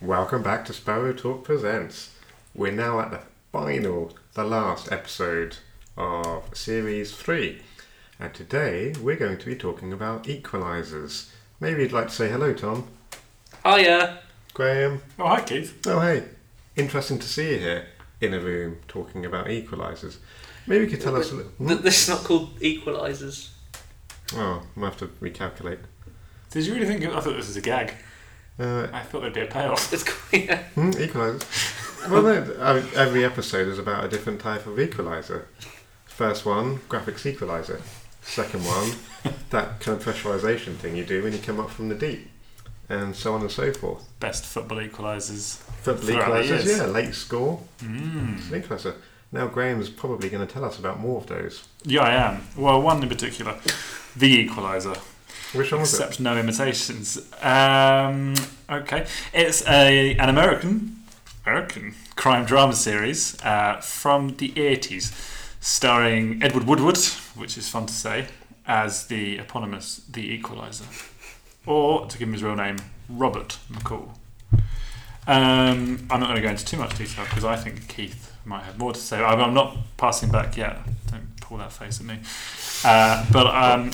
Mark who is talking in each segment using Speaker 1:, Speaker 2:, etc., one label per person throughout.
Speaker 1: Welcome back to Sparrow Talk Presents. We're now at the final, the last episode of Series 3. And today we're going to be talking about equalizers. Maybe you'd like to say hello, Tom.
Speaker 2: Hiya.
Speaker 1: Graham.
Speaker 3: Oh, hi, Keith.
Speaker 1: Oh, hey. Interesting to see you here in a room talking about equalizers. Maybe you could tell us a little.
Speaker 2: Th- This is not called equalisers.
Speaker 1: Oh, I have to recalculate.
Speaker 3: Did you really think? I thought this was a gag.
Speaker 1: Uh,
Speaker 3: I thought there'd be a payoff.
Speaker 2: It's called, yeah.
Speaker 1: hmm, equalizers. well, no, uh, every episode is about a different type of equalizer. First one, graphics equalizer. Second one, that kind of pressurization thing you do when you come up from the deep, and so on and so forth.
Speaker 3: Best football equalisers.
Speaker 1: Football
Speaker 3: Throughout the
Speaker 1: equalizers,
Speaker 3: years.
Speaker 1: yeah, late score,
Speaker 3: Mm.
Speaker 1: it's an equalizer. Now Graham's probably going to tell us about more of those.
Speaker 3: Yeah, I am. Well, one in particular, the equaliser.
Speaker 1: Which one was it?
Speaker 3: Except no imitations. Um, okay, it's a an American American crime drama series uh, from the eighties, starring Edward Woodward, which is fun to say, as the eponymous the Equalizer, or to give him his real name, Robert McCall. Um, I'm not going to go into too much detail because I think Keith might have more to say. I'm, I'm not passing back yet. Don't pull that face at me. Uh, but um,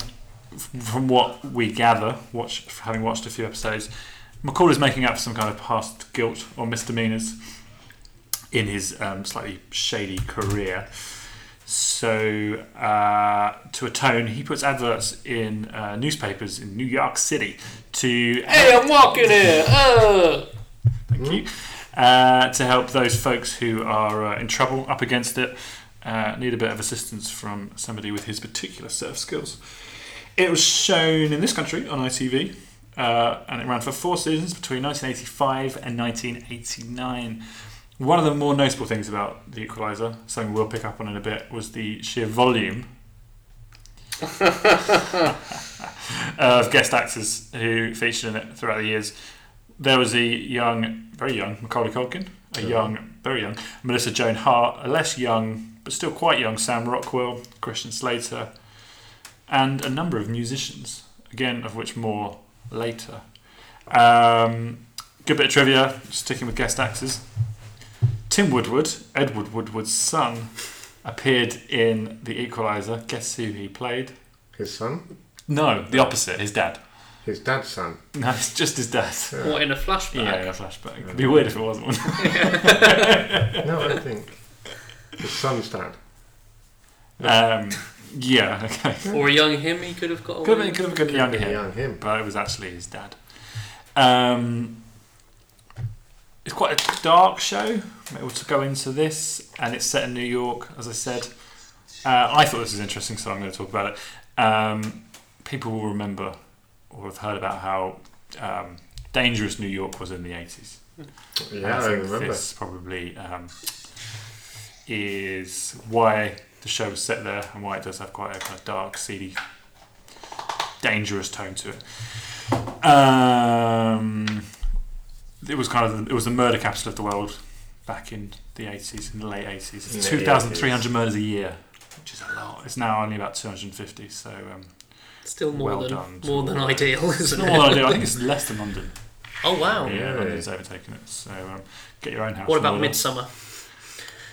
Speaker 3: from what we gather, watch, having watched a few episodes, McCall is making up for some kind of past guilt or misdemeanors in his um, slightly shady career. So, uh, to atone, he puts adverts in uh, newspapers in New York City to
Speaker 2: Hey, I'm walking here. Uh.
Speaker 3: thank you, uh, to help those folks who are uh, in trouble, up against it, uh, need a bit of assistance from somebody with his particular surf skills. It was shown in this country on ITV, uh, and it ran for four seasons between 1985 and 1989. One of the more noticeable things about The Equalizer, something we'll pick up on in a bit, was the sheer volume of guest actors who featured in it throughout the years. There was a young, very young Macaulay Culkin, a young, very young Melissa Joan Hart, a less young but still quite young Sam Rockwell, Christian Slater, and a number of musicians. Again, of which more later. Um, good bit of trivia, sticking with guest actors. Tim Woodward, Edward Woodward's son, appeared in The Equalizer. Guess who he played?
Speaker 1: His son?
Speaker 3: No, the opposite, his dad.
Speaker 1: His dad's son.
Speaker 3: No, it's just his dad.
Speaker 2: What in a flashback?
Speaker 3: Yeah, yeah, flashback. It'd be weird if it wasn't one.
Speaker 1: No, I think. His son's dad.
Speaker 3: um, yeah, okay.
Speaker 2: Or a young him, he could have got away.
Speaker 3: Could have been, could have been younger
Speaker 1: Yeah.
Speaker 3: him,
Speaker 1: Young him.
Speaker 3: but it was actually his dad. Um, it's quite a dark show. Maybe we'll go into this, and it's set in New York, as I said. Uh, I thought this was interesting, so I'm going to talk about it. Um, people will remember or have heard about how um, dangerous New York was in the 80s.
Speaker 1: Yeah, I,
Speaker 3: I think
Speaker 1: remember.
Speaker 3: this probably um, is why the show was set there and why it does have quite a kind of dark, seedy, dangerous tone to it. Um, it was kind of it was the murder capital of the world back in the eighties, in the late eighties.
Speaker 1: In
Speaker 3: It's
Speaker 1: the
Speaker 3: two thousand three hundred murders a year, which is a lot. It's now only about two hundred and fifty. So um,
Speaker 2: Still more
Speaker 3: Well
Speaker 2: than
Speaker 3: done to
Speaker 2: more than ideal,
Speaker 3: it's
Speaker 2: isn't
Speaker 3: not
Speaker 2: it?
Speaker 3: what I do. I think it's less than London.
Speaker 2: Oh wow.
Speaker 3: Yeah,
Speaker 1: Really?
Speaker 3: London's overtaken it. So um, get your own house.
Speaker 2: What
Speaker 3: in
Speaker 2: about
Speaker 3: order.
Speaker 2: Midsummer?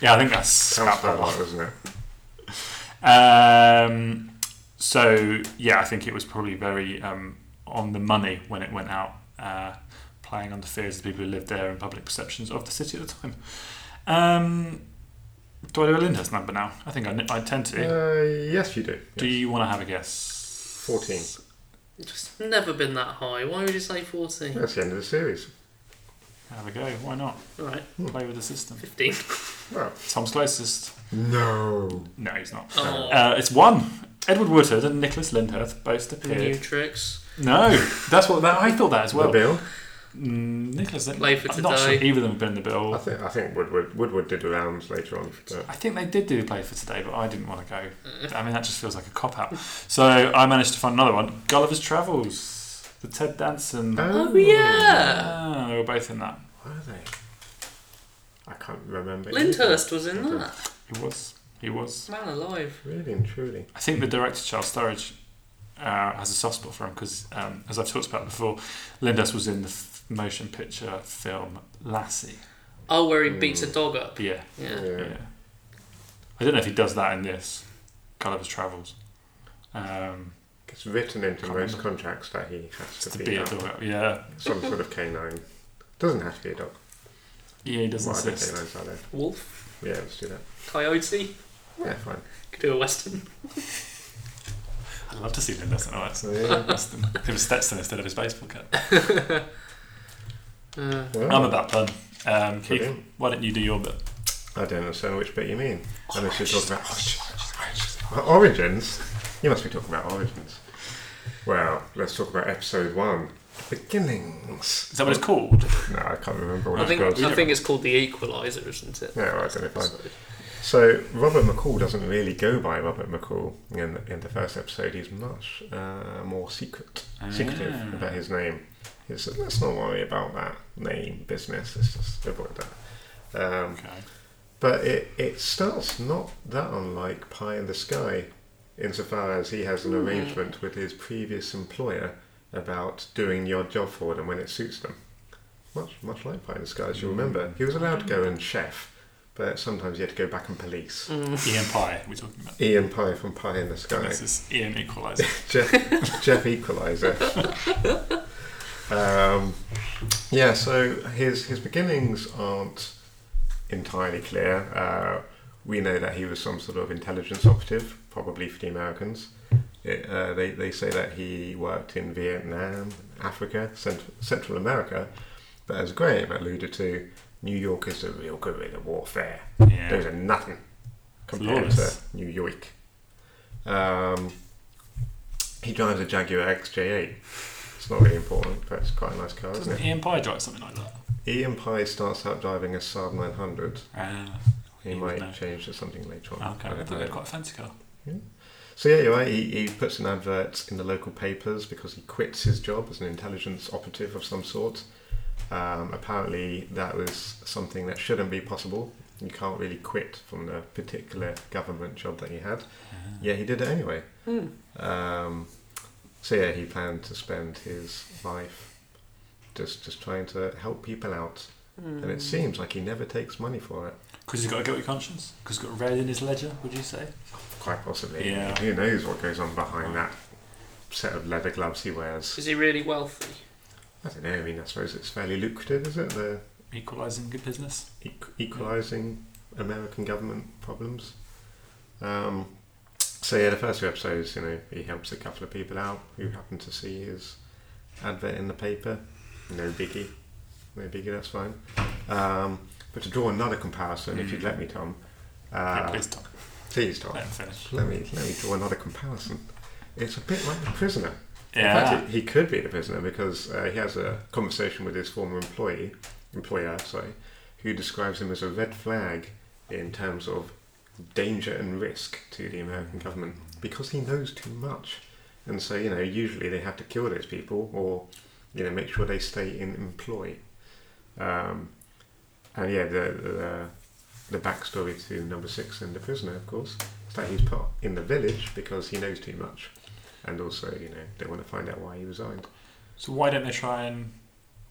Speaker 3: Yeah, I think that's
Speaker 1: Sounds
Speaker 3: about
Speaker 1: about
Speaker 3: that
Speaker 1: right, wasn't it?
Speaker 3: Um, so yeah, I think it was probably very um, on the money when it went out, uh, playing on the fears of the people who lived there and public perceptions of the city at the time. Um, do I do a Lindhurst number now? I think I, n- I tend to.
Speaker 1: Uh, yes, you do.
Speaker 3: Do
Speaker 1: Yes.
Speaker 3: you want to have a guess?
Speaker 1: 14.
Speaker 2: Just never been that high. Why would you say fourteen?
Speaker 1: That's the end of the series.
Speaker 3: Have a go. Why not?
Speaker 2: All right,
Speaker 1: Hmm.
Speaker 3: Play with the system.
Speaker 2: fifteen.
Speaker 1: Well,
Speaker 3: Tom's closest.
Speaker 1: no.
Speaker 3: No, he's not.
Speaker 2: Oh,
Speaker 3: Uh, it's one. Edward Woodward and Nicholas Lyndhurst both
Speaker 2: new
Speaker 3: appeared.
Speaker 2: tricks.
Speaker 3: No, that's what that, I thought that as well.
Speaker 1: the bill.
Speaker 3: Mm, Nicholas Lyndhurst.
Speaker 2: Play for
Speaker 3: I'm not sure
Speaker 2: today.
Speaker 3: either of them have been in the bill.
Speaker 1: I think I think Woodward Woodward did the rounds later on. But
Speaker 3: I think they did do play for today, but I didn't want to
Speaker 2: Uh.
Speaker 3: go. I mean, that just feels like a cop out. So I managed to find another one Gulliver's Travels, the Ted Danson.
Speaker 2: Oh yeah.
Speaker 3: Ah, they were both in that.
Speaker 1: Where are they? I can't remember. either.
Speaker 2: Lyndhurst was in that.
Speaker 3: He was. He was.
Speaker 2: Man alive.
Speaker 1: Really and truly.
Speaker 3: I think the director, Charles Sturridge, uh, has a soft spot for him because, um, as I've talked about before, Lindas was in the f- motion picture film Lassie.
Speaker 2: Oh, where he beats a dog up.
Speaker 3: Yeah,
Speaker 2: Yeah.
Speaker 1: Yeah.
Speaker 3: yeah. I don't know if he does that in this Gulliver's Travels. Um,
Speaker 1: It's written into
Speaker 3: Can't
Speaker 1: most
Speaker 3: remember.
Speaker 1: contracts that he has to,
Speaker 3: to
Speaker 1: be,
Speaker 3: be a
Speaker 1: a
Speaker 3: dog. Yeah,
Speaker 1: some sort of canine. Doesn't have to be a dog.
Speaker 3: yeah, he does
Speaker 1: What other
Speaker 3: insist.
Speaker 1: canines are there?
Speaker 2: Wolf,
Speaker 1: Yeah, let's do that.
Speaker 2: coyote.
Speaker 1: Yeah, fine.
Speaker 2: Could do a western.
Speaker 3: I'd love to see Lynn Lesson. Oh, that's
Speaker 1: So, yeah.
Speaker 3: Weston. It was Stetson instead of his baseball cap.
Speaker 2: Uh,
Speaker 1: Well,
Speaker 3: I'm about done. Um, Keith,
Speaker 1: Oh. Brilliant.
Speaker 3: why don't you do your bit?
Speaker 1: I don't understand which bit you mean. Unless you're talking about origins. origins. You must be talking about origins. Well, let's talk about episode one. Beginnings.
Speaker 3: Is that what it's called?
Speaker 1: No, I can't remember what
Speaker 2: I
Speaker 1: it's
Speaker 2: think
Speaker 1: called.
Speaker 2: I think it's called the Equalizer, isn't it?
Speaker 1: No, I don't know if I
Speaker 2: So-
Speaker 1: So Robert McCall doesn't really go by Robert McCall. In in the first episode, he's much uh, more secret, secretive
Speaker 3: Ah.
Speaker 1: about his name. He said, "Let's not worry about that name business. Let's just avoid that." Um,
Speaker 3: Okay.
Speaker 1: but it it starts not that unlike Pie in the Sky, insofar as he has an arrangement with his previous employer about doing your job for them when it suits them. Much much like Pie in the Sky, as you remember, he was allowed to go and chef, but sometimes he had to go back and police.
Speaker 3: Ian Pye, we're talking about.
Speaker 1: Ian Pye from Pie in the Sky.
Speaker 3: This is Ian Equalizer.
Speaker 1: Jeff, Jeff Equalizer. um, yeah, so his his beginnings aren't entirely clear. Uh, we know that he was some sort of intelligence operative, probably for the Americans. It, uh, they, they say that he worked in Vietnam, Africa, Central, Central America, but as Graham alluded to, New York is the real guerrilla warfare. Those
Speaker 3: Yeah.
Speaker 1: are nothing compared
Speaker 3: Flawless.
Speaker 1: to New York. Um, he drives a Jaguar XJ8. It's not really important, but it's quite a nice car, isn't
Speaker 3: Doesn't
Speaker 1: it?
Speaker 3: Ian Pye drive something like that?
Speaker 1: Ian Pye starts out driving a Saab 900.
Speaker 3: Ah,
Speaker 1: He
Speaker 3: He would
Speaker 1: might
Speaker 3: know.
Speaker 1: change to something later on.
Speaker 3: okay.
Speaker 1: I
Speaker 3: I
Speaker 1: don't
Speaker 3: thought
Speaker 1: know.
Speaker 3: they'd quite a fancy car.
Speaker 1: So yeah, you're right. He, he puts an advert in the local papers because he quits his job as an intelligence operative of some sort. Um, apparently, that was something that shouldn't be possible. You can't really quit from the particular government job that he had.
Speaker 3: Uh,
Speaker 1: Yeah, he did it anyway.
Speaker 2: Hmm.
Speaker 1: Um, so yeah, he planned to spend his life just just trying to help people out, and it seems like he never takes money for it.
Speaker 3: Because he's got a guilty conscience? Because he's got red in his ledger, would you say?
Speaker 1: Quite possibly.
Speaker 3: Yeah.
Speaker 1: Who knows what goes on behind that set of leather gloves he wears?
Speaker 2: Is he really wealthy?
Speaker 1: I don't know. I mean, I suppose it's fairly lucrative, is it? The
Speaker 3: Equalising good business?
Speaker 1: equ- equalising American government problems. Um, so yeah, the first two episodes, you know, he helps a couple of people out who happen to see his advert in the paper. No biggie, no biggie. That's fine. Um, but to draw another comparison, if you'd let me, Tom,
Speaker 3: yeah,
Speaker 1: uh,
Speaker 3: please stop.
Speaker 1: please, Tom,
Speaker 3: Let him finish.
Speaker 1: let me let me draw another comparison. It's a bit like the prisoner. In
Speaker 3: Yeah.
Speaker 1: fact, he, he could be the prisoner because uh, he has a conversation with his former employee, employer, sorry, who describes him as a red flag in terms of danger and risk to the American government because he knows too much. And so, you know, usually they have to kill those people or, you know, make sure they stay in employ. Um, and yeah, the, the, the backstory to number six and the prisoner, of course, is that he's put in the village because he knows too much. And also, you know, they want to find out why he resigned.
Speaker 3: So why don't they try and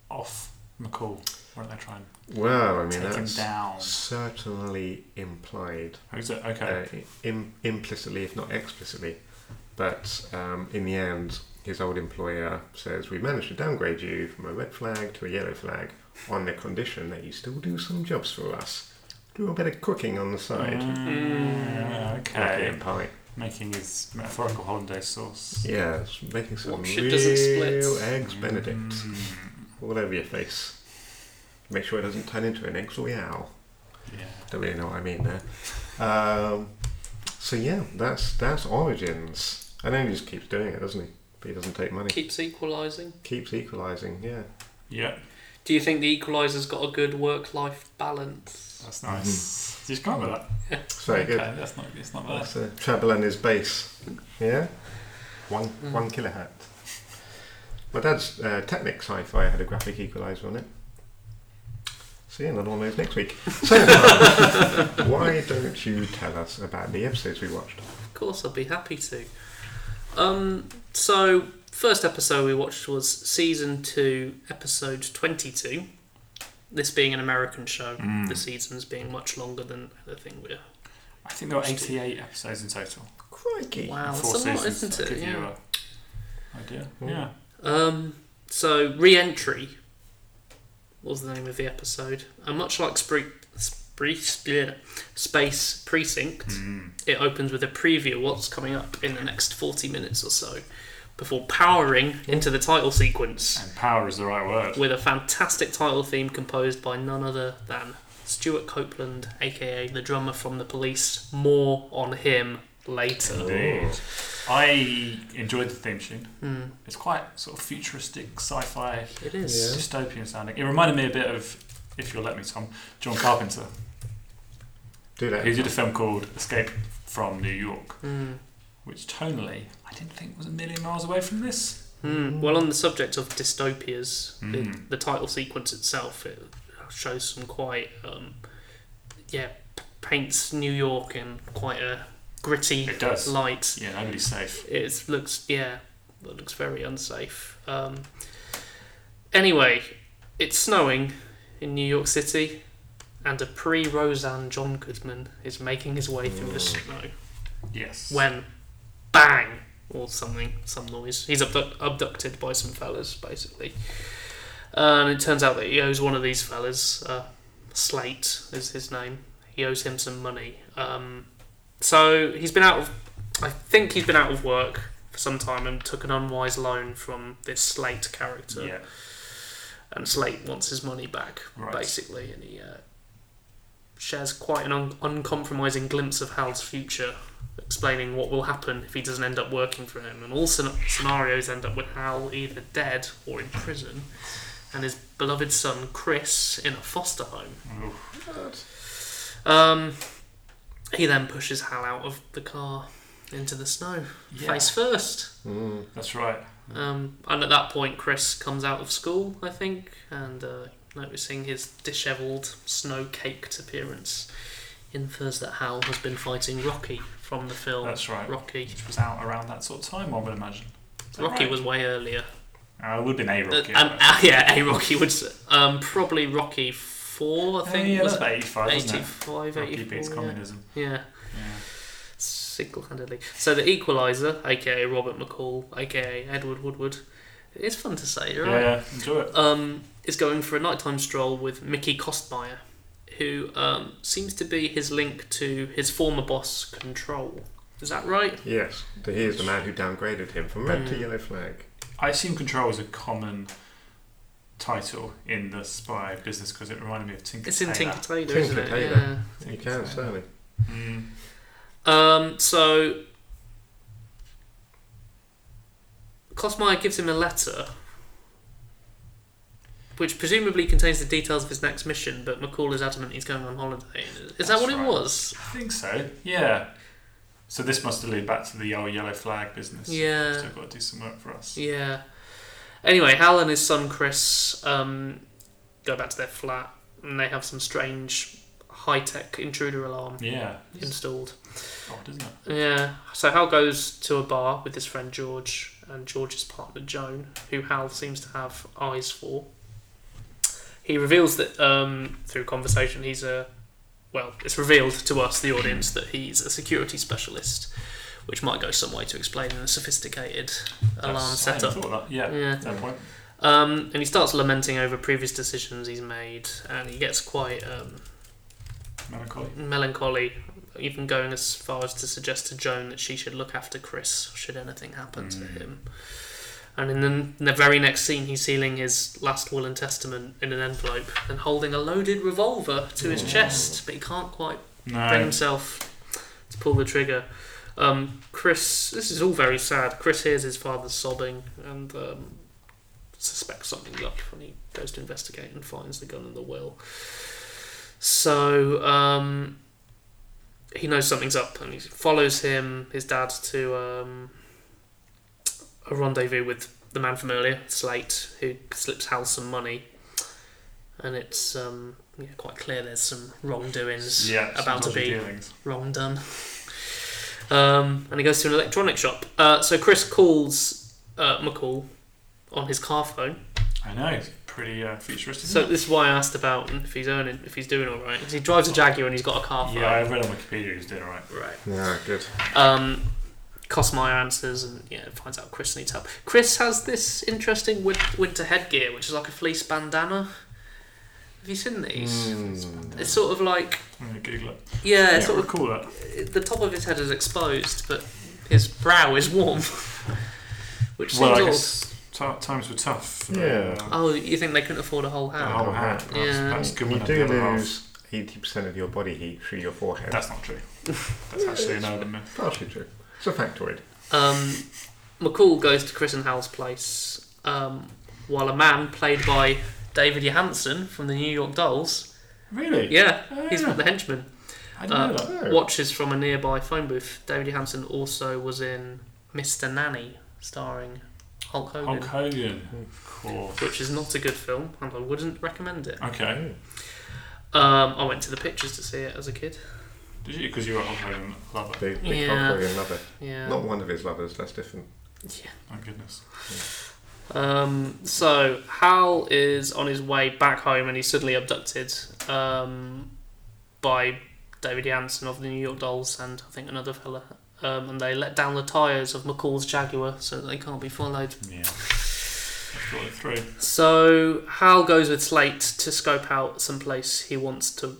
Speaker 3: off McCall? Why don't they try and
Speaker 1: Well, I mean,
Speaker 3: take him
Speaker 1: that's
Speaker 3: down?
Speaker 1: certainly implied,
Speaker 3: Oh, Is it?
Speaker 1: uh,
Speaker 3: Okay.
Speaker 1: im- implicitly, if not explicitly. But um, in the end, his old employer says, We managed to downgrade you from a red flag to a yellow flag on the condition that you still do some jobs for us. Do a bit of cooking on the side.
Speaker 3: Mm,
Speaker 1: Like
Speaker 3: okay.
Speaker 1: in pie.
Speaker 3: Making his metaphorical hollandaise sauce.
Speaker 1: Yeah, it's making some
Speaker 2: What shit
Speaker 1: real
Speaker 2: doesn't split?
Speaker 1: eggs Benedict
Speaker 3: Mm,
Speaker 1: all over your face. Make sure it doesn't turn into an egg royale.
Speaker 3: yeah.
Speaker 1: Don't really know what I mean there. Um, so yeah, that's that's origins, and then he just keeps doing it, doesn't he? But he doesn't take money.
Speaker 2: Keeps equalising.
Speaker 1: Keeps equalising. Yeah,
Speaker 3: Yeah,
Speaker 2: Do you think the Equalizer's got a good work-life balance?
Speaker 3: that's nice. Did you come with that?
Speaker 1: it's Mm-hmm. very
Speaker 3: okay,
Speaker 1: good.
Speaker 3: that's not, it's not bad.
Speaker 1: That's a treble and his bass. Yeah, one one kilohertz. My dad's uh, Technic Sci-Fi had a graphic equalizer on it. So yeah, another one of those next week. So um, why don't you tell us about the episodes we watched?
Speaker 2: Of course, I'd be happy to. Um, so First episode we watched was season two, episode twenty-two. This being an American show,
Speaker 3: Mm.
Speaker 2: the seasons being much longer than anything we're.
Speaker 3: I think there were 88 episodes in total.
Speaker 1: Crikey.
Speaker 2: Wow,
Speaker 3: and
Speaker 2: that's
Speaker 3: four
Speaker 2: a lot,
Speaker 3: seasons.
Speaker 2: isn't
Speaker 3: to
Speaker 2: it?
Speaker 3: Give you uh,
Speaker 2: Yeah.
Speaker 3: a idea. Yeah.
Speaker 2: Um, so re-entry was the name of the episode, and much like Spree, Spree, yeah, Space Precinct,
Speaker 3: Hmm. Mm.
Speaker 2: it opens with a preview of what's coming up in the next forty minutes or so, before powering into the title sequence
Speaker 3: And power is the right word.
Speaker 2: with a fantastic title theme composed by none other than Stuart Copeland, aka the drummer from the Police. More on him later.
Speaker 3: Indeed. I enjoyed the theme tune. It's quite sort of futuristic, sci-fi,
Speaker 2: Hmm, It is.
Speaker 3: dystopian sounding. It reminded me a bit of, if you'll let me, Tom, John Carpenter,
Speaker 1: Do that.
Speaker 3: who did a film called Escape from New York,
Speaker 2: Mm.
Speaker 3: which tonally I didn't think was a million miles away from this.
Speaker 2: Mm. Well, on the subject of dystopias, the,
Speaker 3: Mm.
Speaker 2: the title sequence itself it shows some quite, um, yeah, p- paints New York in quite a gritty
Speaker 3: It does.
Speaker 2: light.
Speaker 3: Yeah, nobody's safe.
Speaker 2: It looks, yeah, it looks very unsafe. Um, anyway, it's snowing in New York City, and a pre-Roseanne John Goodman is making his way through the snow
Speaker 3: Yes.
Speaker 2: when bang or something some noise he's abduct- abducted by some fellas basically and it turns out that he owes one of these fellas uh, slate is his name he owes him some money um, so he's been out of i think he's been out of work for some time and took an unwise loan from this slate character
Speaker 3: yeah.
Speaker 2: and Slate wants his money back,
Speaker 3: Right.
Speaker 2: basically, and he uh, shares quite an un- uncompromising glimpse of Hal's future, explaining what will happen if he doesn't end up working for him. And all scen- scenarios end up with Hal either dead or in prison, and his beloved son Chris in a foster home.
Speaker 3: Oof.
Speaker 2: Um, he then pushes Hal out of the car into the snow,
Speaker 3: Yeah.
Speaker 2: face first.
Speaker 1: Mm.
Speaker 3: That's right.
Speaker 2: Um, and at that point, Chris comes out of school, I think, and uh, noticing his dishevelled, snow caked appearance, infers that Hal has been fighting Rocky from the film
Speaker 3: That's right.
Speaker 2: Rocky.
Speaker 3: Which was out around that sort of time, I would imagine. Is that
Speaker 2: Rocky
Speaker 3: right?
Speaker 2: was way earlier.
Speaker 3: Uh, it would have been a Rocky.
Speaker 2: Uh, um, uh, yeah, a Rocky was um, probably Rocky 4, I think.
Speaker 3: Oh, yeah,
Speaker 2: was
Speaker 3: that's about 85, wasn't it?
Speaker 2: 85,
Speaker 3: Rocky
Speaker 2: 84,
Speaker 3: beats
Speaker 2: yeah.
Speaker 3: communism.
Speaker 2: yeah.
Speaker 3: Yeah.
Speaker 2: single-handedly. So the Equalizer, aka Robert McCall, aka Edward Woodward, it's fun to say, right?
Speaker 3: Yeah, enjoy it.
Speaker 2: um, is going for a nighttime stroll with Mickey Kostmeyer, who um, seems to be his link to his former boss, Control. Is that right?
Speaker 1: Yes. So he is the man who downgraded him from red to
Speaker 2: Mm.
Speaker 1: yellow flag.
Speaker 3: I assume Control is a common title in the spy business because it reminded me of Tinker
Speaker 2: It's in
Speaker 3: Tailor.
Speaker 2: Tinker Tailor, isn't it?
Speaker 1: Tinker Tailor.
Speaker 2: Yeah.
Speaker 1: You
Speaker 3: Tinker
Speaker 1: can,
Speaker 3: Tailor.
Speaker 1: certainly.
Speaker 3: Mm.
Speaker 2: Um, so Cosmire gives him a letter which presumably contains the details of his next mission, but McCall is adamant he's going on holiday. Is that
Speaker 3: That's
Speaker 2: what it
Speaker 3: right.
Speaker 2: was?
Speaker 3: I think so. Yeah. So this must allude back to the old yellow flag business.
Speaker 2: Yeah.
Speaker 3: So I've got to do some work for us.
Speaker 2: Yeah. Anyway, Hal and his son Chris um, go back to their flat and they have some strange high tech intruder alarm
Speaker 3: Yeah. It's
Speaker 2: installed.
Speaker 3: odd, isn't it?
Speaker 2: Yeah. So Hal goes to a bar with his friend George and George's partner Joan, who Hal seems to have eyes for. He reveals that um, through conversation he's a well, it's revealed to us, the audience, that he's a security specialist, which might go some way to explaining the sophisticated alarm
Speaker 3: That's- I hadn't
Speaker 2: setup.
Speaker 3: thought of that. Yeah.
Speaker 2: Yeah.
Speaker 3: At that point.
Speaker 2: Um, and he starts lamenting over previous decisions he's made, and he gets quite um,
Speaker 3: Melancholy.
Speaker 2: melancholy, even going as far as to suggest to Joan that she should look after Chris should anything happen to
Speaker 3: Mm.
Speaker 2: him. And in the, in the very next scene, he's sealing his last will and testament in an envelope and holding a loaded revolver to his
Speaker 3: Ooh.
Speaker 2: chest, but he can't quite bring
Speaker 3: No.
Speaker 2: himself to pull the trigger. Um, Chris, this is all very sad. Chris hears his father sobbing and um, suspects something's up when he goes to investigate and finds the gun and the will. So um, he knows something's up and he follows him, his dad, to um, a rendezvous with the man from earlier, Slate, who slips Hal some money. And it's um, yeah, quite clear there's some wrongdoings
Speaker 3: Yeah. some
Speaker 2: about to
Speaker 3: dodgy
Speaker 2: be
Speaker 3: Dealings.
Speaker 2: wrong done. Um, and he goes to an electronic shop. Uh, so Chris calls uh, McCall on his car phone.
Speaker 3: I know. It's pretty uh, futuristic.
Speaker 2: So
Speaker 3: isn't
Speaker 2: this is why I asked about if he's earning, if he's doing all right. 'Cause he drives a Jaguar and he's got a car
Speaker 3: it?
Speaker 2: phone.
Speaker 3: yeah, I read on Wikipedia he's doing alright.
Speaker 2: Right.
Speaker 1: Yeah, good.
Speaker 2: Um, Cosmire answers and yeah, finds out Chris needs help. Chris has this interesting win- winter headgear, which is like a fleece bandana. Have you seen these?
Speaker 1: Mm.
Speaker 2: It's sort of like
Speaker 3: I'm gonna Google it.
Speaker 2: yeah,
Speaker 3: Hmm. Yeah,
Speaker 2: it's sort of
Speaker 3: recall that.
Speaker 2: the top of his head is exposed, but his brow is warm, which seems
Speaker 3: Well, I
Speaker 2: odd.
Speaker 3: guess t- times were tough. for the-
Speaker 1: Yeah.
Speaker 3: uh,
Speaker 2: Oh, you think they couldn't afford a whole
Speaker 3: the
Speaker 2: hat?
Speaker 3: whole hat. That's,
Speaker 2: Yeah.
Speaker 3: that's good.
Speaker 1: You
Speaker 3: wouldn't
Speaker 1: do
Speaker 3: it? The other half.
Speaker 1: lose 80% of your body heat through your forehead.
Speaker 3: That's not true. That's actually an element.
Speaker 1: partially true. It's a factoid.
Speaker 3: Oh.
Speaker 2: Um, McCall goes to Chris and Hal's place um, while a man played by David Johansen from the New York Dolls,
Speaker 3: Really?
Speaker 2: yeah,
Speaker 3: Ah,
Speaker 2: he's the henchman,
Speaker 3: I didn't
Speaker 2: uh,
Speaker 3: know that.
Speaker 1: Oh.
Speaker 2: watches from a nearby phone booth. David Johansen also was in Mr. Nanny, starring Hulk Hogan,
Speaker 3: Hulk Hogan. Of course.
Speaker 2: which is not a good film, and I wouldn't recommend it.
Speaker 3: Okay.
Speaker 2: Um, I went to the pictures to see it as a kid.
Speaker 3: Did you? Because you were a Hulk Hogan lover.
Speaker 1: Big, big
Speaker 2: Yeah.
Speaker 1: Hulk Hogan lover.
Speaker 2: Yeah.
Speaker 1: Not one of his lovers, that's different.
Speaker 2: Yeah.
Speaker 3: My Oh, goodness.
Speaker 2: Um, so Hal is on his way back home and he's suddenly abducted um, by David Jansen of the New York Dolls and I think another fella. Um, and they let down the tyres of McCall's Jaguar so that they can't be followed.
Speaker 3: Yeah. Thought it through.
Speaker 2: So Hal goes with Slate to scope out some place he wants to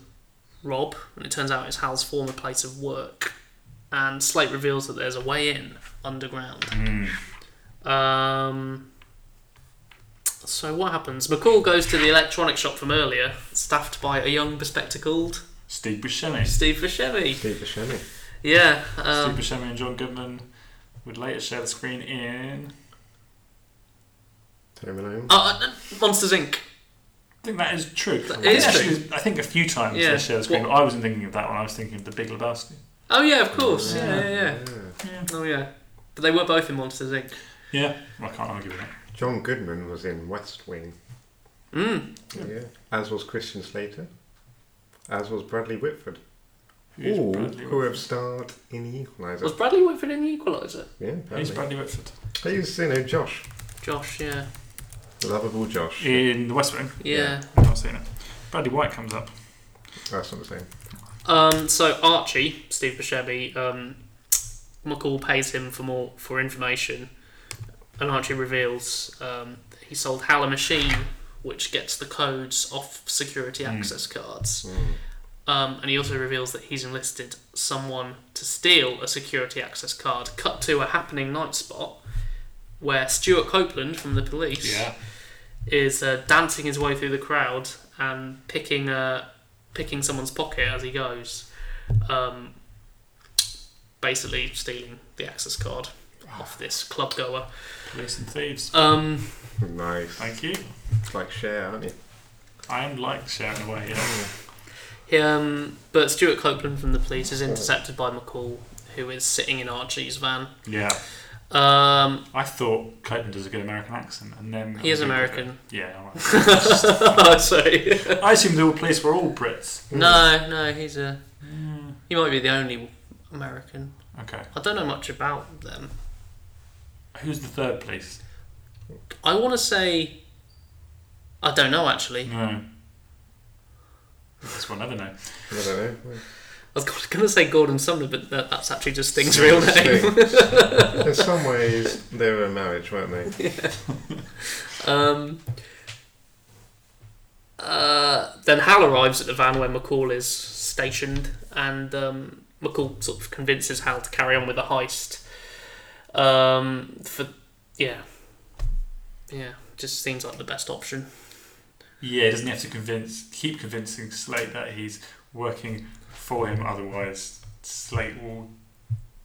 Speaker 2: rob, and it turns out it's Hal's former place of work. And Slate reveals that there's a way in underground.
Speaker 3: Mm.
Speaker 2: Um, so what happens? McCall goes to the electronic shop from earlier, staffed by a young bespectacled
Speaker 3: Steve Buscemi.
Speaker 2: Steve Buscemi.
Speaker 1: Steve Buscemi.
Speaker 2: Yeah, um,
Speaker 3: Steve Buscemi and John Goodman would later share the screen in.
Speaker 1: Terry Malone.
Speaker 2: uh, uh, Monsters Inc.
Speaker 3: I think that is true.
Speaker 2: That
Speaker 3: I
Speaker 2: is
Speaker 3: think
Speaker 2: true.
Speaker 3: actually- I think a few times
Speaker 2: Yeah.
Speaker 3: they share the screen,
Speaker 2: What-
Speaker 3: but I wasn't thinking of that one. I was thinking of the Big Lebowski.
Speaker 2: Oh yeah, of course. Yeah, yeah, yeah.
Speaker 3: Yeah.
Speaker 2: Oh yeah. But they were both in Monsters Inc.
Speaker 3: Yeah. Well, I can't argue with that.
Speaker 1: John Goodman was in West Wing.
Speaker 2: Mm.
Speaker 1: Yeah.
Speaker 3: Yeah.
Speaker 1: As was Christian Slater. As was Bradley Whitford.
Speaker 3: Who's
Speaker 1: All
Speaker 3: Bradley
Speaker 1: who have
Speaker 3: Whitford?
Speaker 1: starred in The Equalizer.
Speaker 2: Was Bradley Whitford in The Equalizer?
Speaker 1: yeah,
Speaker 3: Who's
Speaker 1: apparently.
Speaker 3: Bradley Whitford?
Speaker 1: He's, you know, Josh.
Speaker 2: Josh, yeah,
Speaker 1: Lovable Josh.
Speaker 3: In The West Wing.
Speaker 2: yeah.
Speaker 3: I've not seen it. Bradley White comes up.
Speaker 1: That's not the same.
Speaker 2: Um, so Archie, Steve Buscemi, um, McCall pays him for more for information, and Archie reveals um, that he sold Hal a machine which gets the codes off security
Speaker 3: Hmm.
Speaker 2: access cards. Um, and he also reveals that he's enlisted someone to steal a security access card. Cut to a happening night spot where Stuart Copeland from the police
Speaker 3: Yeah.
Speaker 2: is uh, dancing his way through the crowd and picking uh, picking someone's pocket as he goes, um, basically stealing the access card off this club goer.
Speaker 3: Police and Thieves.
Speaker 2: Um,
Speaker 1: Nice.
Speaker 3: Thank you.
Speaker 1: It's like Cher, aren't you?
Speaker 3: I am like sharing away. Yeah.
Speaker 2: he, um, but Stuart Copeland from the police is intercepted by McCall, who is sitting in Archie's van.
Speaker 3: yeah.
Speaker 2: Um,
Speaker 3: I thought Clayton does a good American accent, and then
Speaker 2: He is American.
Speaker 3: Yeah. all right.
Speaker 2: oh, sorry.
Speaker 3: I assumed all police were all Brits.
Speaker 2: no, no, he's a. He might be the only American.
Speaker 3: Okay.
Speaker 2: I don't know much about them.
Speaker 3: Who's the third police?
Speaker 2: I want to say. I don't know actually.
Speaker 3: No. This one, I don't know.
Speaker 1: I don't know.
Speaker 2: I was going to say Gordon Sumner, but that, that's actually just Sting's real name.
Speaker 1: In some ways, they were a marriage, weren't they?
Speaker 2: Um, uh, then Hal arrives at the van where McCall is stationed, and um, McCall sort of convinces Hal to carry on with the heist. Um, for yeah, yeah, just seems like the best option.
Speaker 3: Yeah, doesn't he have to convince, keep convincing Slate that he's working for him? Otherwise, Slate will